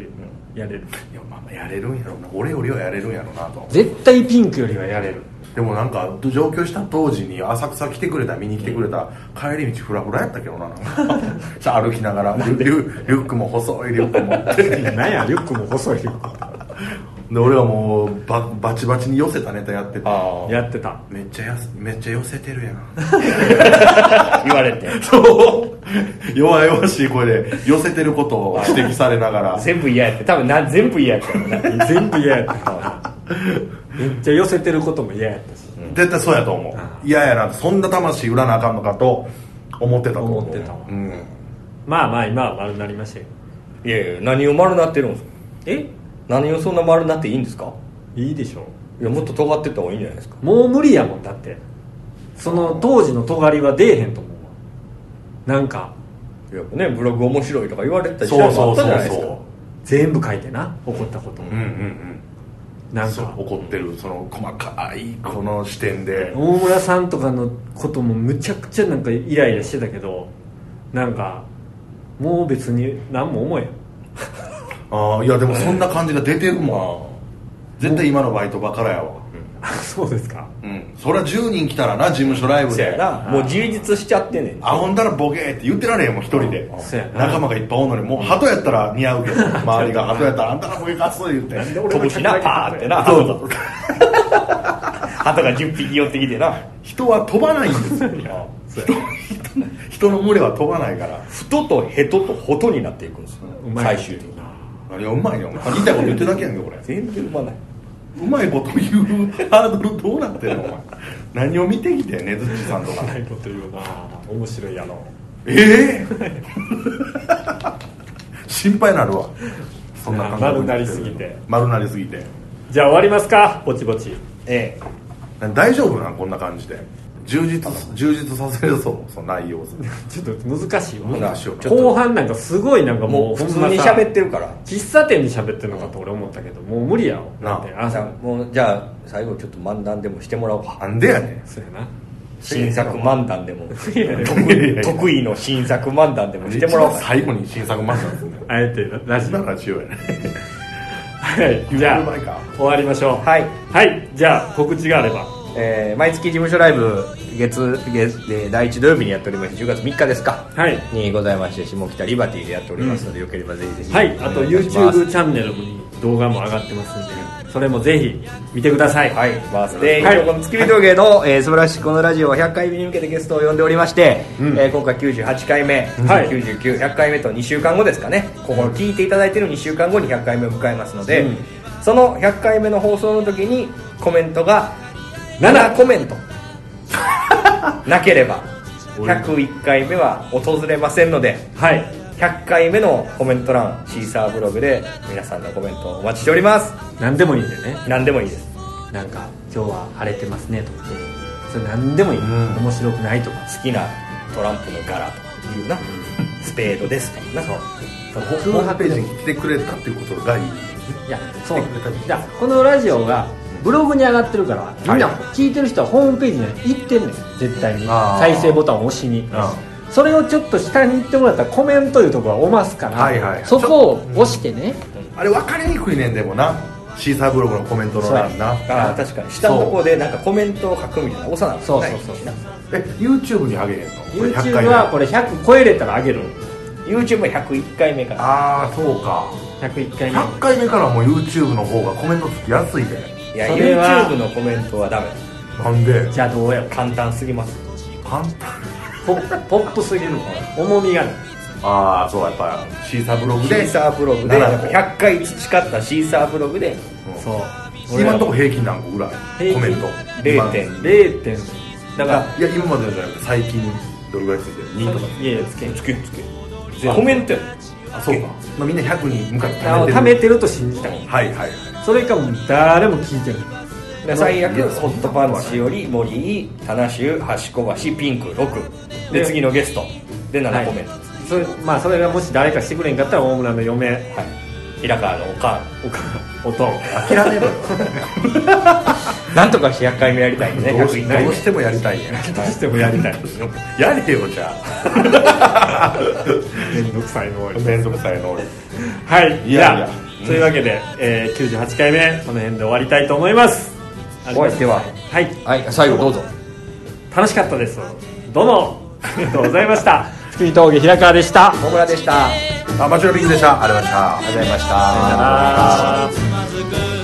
[SPEAKER 1] やれる
[SPEAKER 4] いやまあまあやれるんやろうな俺よりはやれるんやろうなと
[SPEAKER 1] 絶対ピンクよりはやれる
[SPEAKER 4] でもなんか上京した当時に浅草来てくれた見に来てくれた帰り道フラフラやったけど
[SPEAKER 3] <laughs>
[SPEAKER 4] ななんかじゃあ歩きながらリュリュリュックも細いリュック持って
[SPEAKER 1] なんやリュックも細いよ
[SPEAKER 4] で俺はもうババチバチに寄せたネタやってて
[SPEAKER 2] ああ
[SPEAKER 1] やってた
[SPEAKER 4] めっちゃやすめっちゃ寄せてる
[SPEAKER 3] <laughs>
[SPEAKER 4] やん
[SPEAKER 2] 言われて
[SPEAKER 4] <laughs> そう弱々しい声で寄せてることを指摘されながら
[SPEAKER 2] 全部嫌やって多分な全部嫌やったよな
[SPEAKER 1] 全部嫌やっためっちゃ寄せてることも嫌やったし
[SPEAKER 4] 絶対そうやと思う嫌やなそんな魂売らなあかんのかと思ってたと思う
[SPEAKER 1] 思ってたわ
[SPEAKER 4] うん
[SPEAKER 1] まあまあ今は丸になりましたよ
[SPEAKER 3] いやいや何を丸なってるんですか
[SPEAKER 1] え
[SPEAKER 3] 何をそんな丸なっていいんですか
[SPEAKER 1] いいでしょ
[SPEAKER 3] いやもっと尖ってった方がいいんじゃないですか
[SPEAKER 1] もう無理やもんだってその当時の尖りは出えへんと思うわなんか
[SPEAKER 3] やっぱねブログ面白いとか言われてた時
[SPEAKER 4] そう
[SPEAKER 3] 代も
[SPEAKER 4] そ
[SPEAKER 3] あ
[SPEAKER 4] う
[SPEAKER 3] ったじゃ
[SPEAKER 4] そう
[SPEAKER 3] ないですか
[SPEAKER 4] そ
[SPEAKER 1] 全部書いてな怒ったことを、
[SPEAKER 4] ううんうんうん
[SPEAKER 1] なん
[SPEAKER 4] そう
[SPEAKER 1] か
[SPEAKER 4] 怒ってるその細かいこの視点で
[SPEAKER 1] 大村さんとかのこともむちゃくちゃなんかイライラしてたけどなんかもう別に何も思えん <laughs>
[SPEAKER 4] ああいやでもそんな感じが出てるもん絶対今のバイトばからやわ
[SPEAKER 1] あそうですか
[SPEAKER 4] うんそりゃ10人来たらな事務所ライブ
[SPEAKER 2] せや
[SPEAKER 4] で
[SPEAKER 2] なもう充実しちゃってんねん
[SPEAKER 4] あほんだらボケーって言ってられへんもん一人で
[SPEAKER 1] そやな
[SPEAKER 4] 仲間がいっぱいおんのにもう鳩やったら似 <laughs> 合うけど周りが鳩やったらあんたらボケかそう言って
[SPEAKER 1] で
[SPEAKER 2] 飛ぶしなパーってな
[SPEAKER 4] そ
[SPEAKER 2] <laughs>
[SPEAKER 4] うそう
[SPEAKER 2] 鳩が10匹寄ってきてな
[SPEAKER 4] 人は飛ばないんです <laughs> よ人人人の群れは飛ばないから
[SPEAKER 2] 太とヘトとホトになっていくんですよ
[SPEAKER 1] うまい
[SPEAKER 2] 最終的に
[SPEAKER 4] いやうまいよお前言いたいこと言ってるだけやんけこれ
[SPEAKER 2] 全然うまないう
[SPEAKER 4] まいこと言 <laughs> うハードルどうなってんのお前何を見てきてねずっちさんとか
[SPEAKER 1] ないこと言うな面白いやろ
[SPEAKER 4] ええ <laughs> 心配なるわそんな感覚
[SPEAKER 1] 丸なりすぎて
[SPEAKER 4] 丸なりすぎて
[SPEAKER 1] じゃあ終わりますかぼちぼち
[SPEAKER 2] ええ
[SPEAKER 4] 大丈夫なんこんな感じで充実充実させるぞその内容を
[SPEAKER 1] ちょっと難しいわ
[SPEAKER 4] 難しいわ
[SPEAKER 1] 後半なんかすごいなんかも
[SPEAKER 2] も
[SPEAKER 1] う
[SPEAKER 2] う普通
[SPEAKER 1] ほん
[SPEAKER 2] に
[SPEAKER 1] まさ
[SPEAKER 2] 喋ってるから
[SPEAKER 1] 喫茶店に喋ってるのかと俺思ったけどもう無理やろ
[SPEAKER 4] なあ
[SPEAKER 1] だって
[SPEAKER 2] じゃあ
[SPEAKER 1] 朝
[SPEAKER 2] もうじゃあ最後ちょっと漫談でもしてもらおうか
[SPEAKER 4] なんでやね
[SPEAKER 1] そうやな
[SPEAKER 2] 新作漫談でも
[SPEAKER 1] いやいや
[SPEAKER 2] <laughs> 得意得意の新作漫談でも
[SPEAKER 4] ん
[SPEAKER 2] してもらおう
[SPEAKER 4] 一番
[SPEAKER 2] か
[SPEAKER 4] 最後に新作漫画ですね
[SPEAKER 1] あえてラジオ
[SPEAKER 4] なら中やね
[SPEAKER 1] はいじゃ
[SPEAKER 4] 言う前か
[SPEAKER 1] あ終わりましょう
[SPEAKER 2] はい、
[SPEAKER 1] はいじゃあ告知があれば
[SPEAKER 2] えー毎月事務所ライブ月月えー第1土曜日にやっております10月3日ですか
[SPEAKER 1] はい
[SPEAKER 2] にございまして下北リバティでやっておりますので、よければぜひぜひ
[SPEAKER 1] はいあと
[SPEAKER 2] お願いします
[SPEAKER 1] YouTube チャンネルに動画も上がってますんでそれもぜひ見てください
[SPEAKER 2] はい、バースデー、
[SPEAKER 1] はい
[SPEAKER 2] この月見峠の、えー素晴らしいこのラジオは100回目に向けてゲストを呼んでおりまして、えー今回98回目、
[SPEAKER 1] はい
[SPEAKER 2] 99、100回目と2週間後ですかね、ここを聞いていただいている2週間後に100回目を迎えますので、
[SPEAKER 1] うん
[SPEAKER 2] その100回目の放送の時にコメントが
[SPEAKER 1] 7
[SPEAKER 2] 7コ
[SPEAKER 1] <laughs>
[SPEAKER 2] メントなければ、101回目は訪れませんので、
[SPEAKER 1] はい
[SPEAKER 2] 100回目のコメント欄、シーサーブログで皆さんのコメントをお待ちしております。
[SPEAKER 1] 何でもいいんでね
[SPEAKER 2] 何でもいいです。
[SPEAKER 1] なんか今日は晴れてますねとかそれ何でもいい、
[SPEAKER 4] ん
[SPEAKER 1] 面白くないとか
[SPEAKER 2] 好きなトランプの柄とかいうなスペードですとかな
[SPEAKER 1] そう
[SPEAKER 4] ホームページに来てくれたっていうことがいい
[SPEAKER 1] いやそうじゃこのラジオがブログに上がってるからみんな聞いてる人はホームページに行ってんねん絶対に
[SPEAKER 4] あー
[SPEAKER 1] 再生ボタンを押しにそれをちょっと下に行ってもらったらコメントいうところはおますから、
[SPEAKER 4] はいはい
[SPEAKER 6] そこを押してね、
[SPEAKER 4] あれ分かりにくいねんでもなシーサーブログのコメントの欄な
[SPEAKER 2] ああ確かに下のとこでなんかコメントを書くみたいな幼な
[SPEAKER 1] そうそうそうそう
[SPEAKER 4] え YouTube にあげへんのこれ100
[SPEAKER 1] YouTube
[SPEAKER 4] 回目
[SPEAKER 1] はこれ100超えれたら上げる
[SPEAKER 2] YouTube も101回目から
[SPEAKER 4] ああそうか
[SPEAKER 1] 101回目
[SPEAKER 4] 100回目からはもう YouTube の方がコメントつきやすいで
[SPEAKER 2] いや
[SPEAKER 1] それは
[SPEAKER 2] YouTube のコメントはダメだ
[SPEAKER 4] なんで
[SPEAKER 1] じゃあどうやろ
[SPEAKER 2] 簡単すぎます
[SPEAKER 4] 簡単
[SPEAKER 1] ポッポップすぎるの重みがない
[SPEAKER 4] ああそうやっぱシーサーブログ
[SPEAKER 2] シ
[SPEAKER 4] で
[SPEAKER 2] ーサーブログで
[SPEAKER 4] なら
[SPEAKER 2] 100回培ったシーサーブログで
[SPEAKER 1] そう
[SPEAKER 4] うん今のとこ平均何個ぐらい
[SPEAKER 1] 平均
[SPEAKER 4] コメント
[SPEAKER 2] 0点
[SPEAKER 1] 0点だか
[SPEAKER 4] いや今までのじゃなくて最近どれぐらいついてる2とから
[SPEAKER 1] いやいやつけん
[SPEAKER 2] つけつけコメントや
[SPEAKER 4] あそうか、まあ、みんな100に向かって
[SPEAKER 1] あの
[SPEAKER 4] 貯
[SPEAKER 1] 貯
[SPEAKER 4] め
[SPEAKER 1] め
[SPEAKER 4] てる
[SPEAKER 1] てると信じたい
[SPEAKER 4] はいはい
[SPEAKER 1] それかもう誰も聞いてない
[SPEAKER 2] で最悪ホットパンチより森井棚主端小橋ピンク6で
[SPEAKER 1] で
[SPEAKER 2] 次のゲストで
[SPEAKER 1] は
[SPEAKER 2] 7
[SPEAKER 1] い
[SPEAKER 2] コメント
[SPEAKER 1] それまあそれがもし誰かしてくれんかったら大村の嫁
[SPEAKER 2] はい平川のおかん
[SPEAKER 1] おかおとん
[SPEAKER 4] 諦めろよ
[SPEAKER 2] なんとかして100回目やりたいね
[SPEAKER 4] どうし
[SPEAKER 2] 101回
[SPEAKER 4] ど
[SPEAKER 2] 目
[SPEAKER 4] うしてもやりたいね
[SPEAKER 1] どうしてもやりたい
[SPEAKER 4] やれよじゃあ
[SPEAKER 1] 面倒くさいの多い
[SPEAKER 4] 面倒くさいの
[SPEAKER 1] <laughs> はい
[SPEAKER 4] い
[SPEAKER 1] じ
[SPEAKER 4] やい
[SPEAKER 1] ゃ
[SPEAKER 4] や
[SPEAKER 1] あというわけで、えー、98回目この辺で終わりたいと思います
[SPEAKER 2] お相手はい
[SPEAKER 3] はい最後どうぞ
[SPEAKER 1] 楽しかったですどうもありがとうございました
[SPEAKER 3] <laughs>
[SPEAKER 1] 月見峠平川でした
[SPEAKER 2] 小村でした
[SPEAKER 4] あマチュラピンでしたありがとうございました
[SPEAKER 2] ありがとうございました
[SPEAKER 1] あ
[SPEAKER 6] つまずく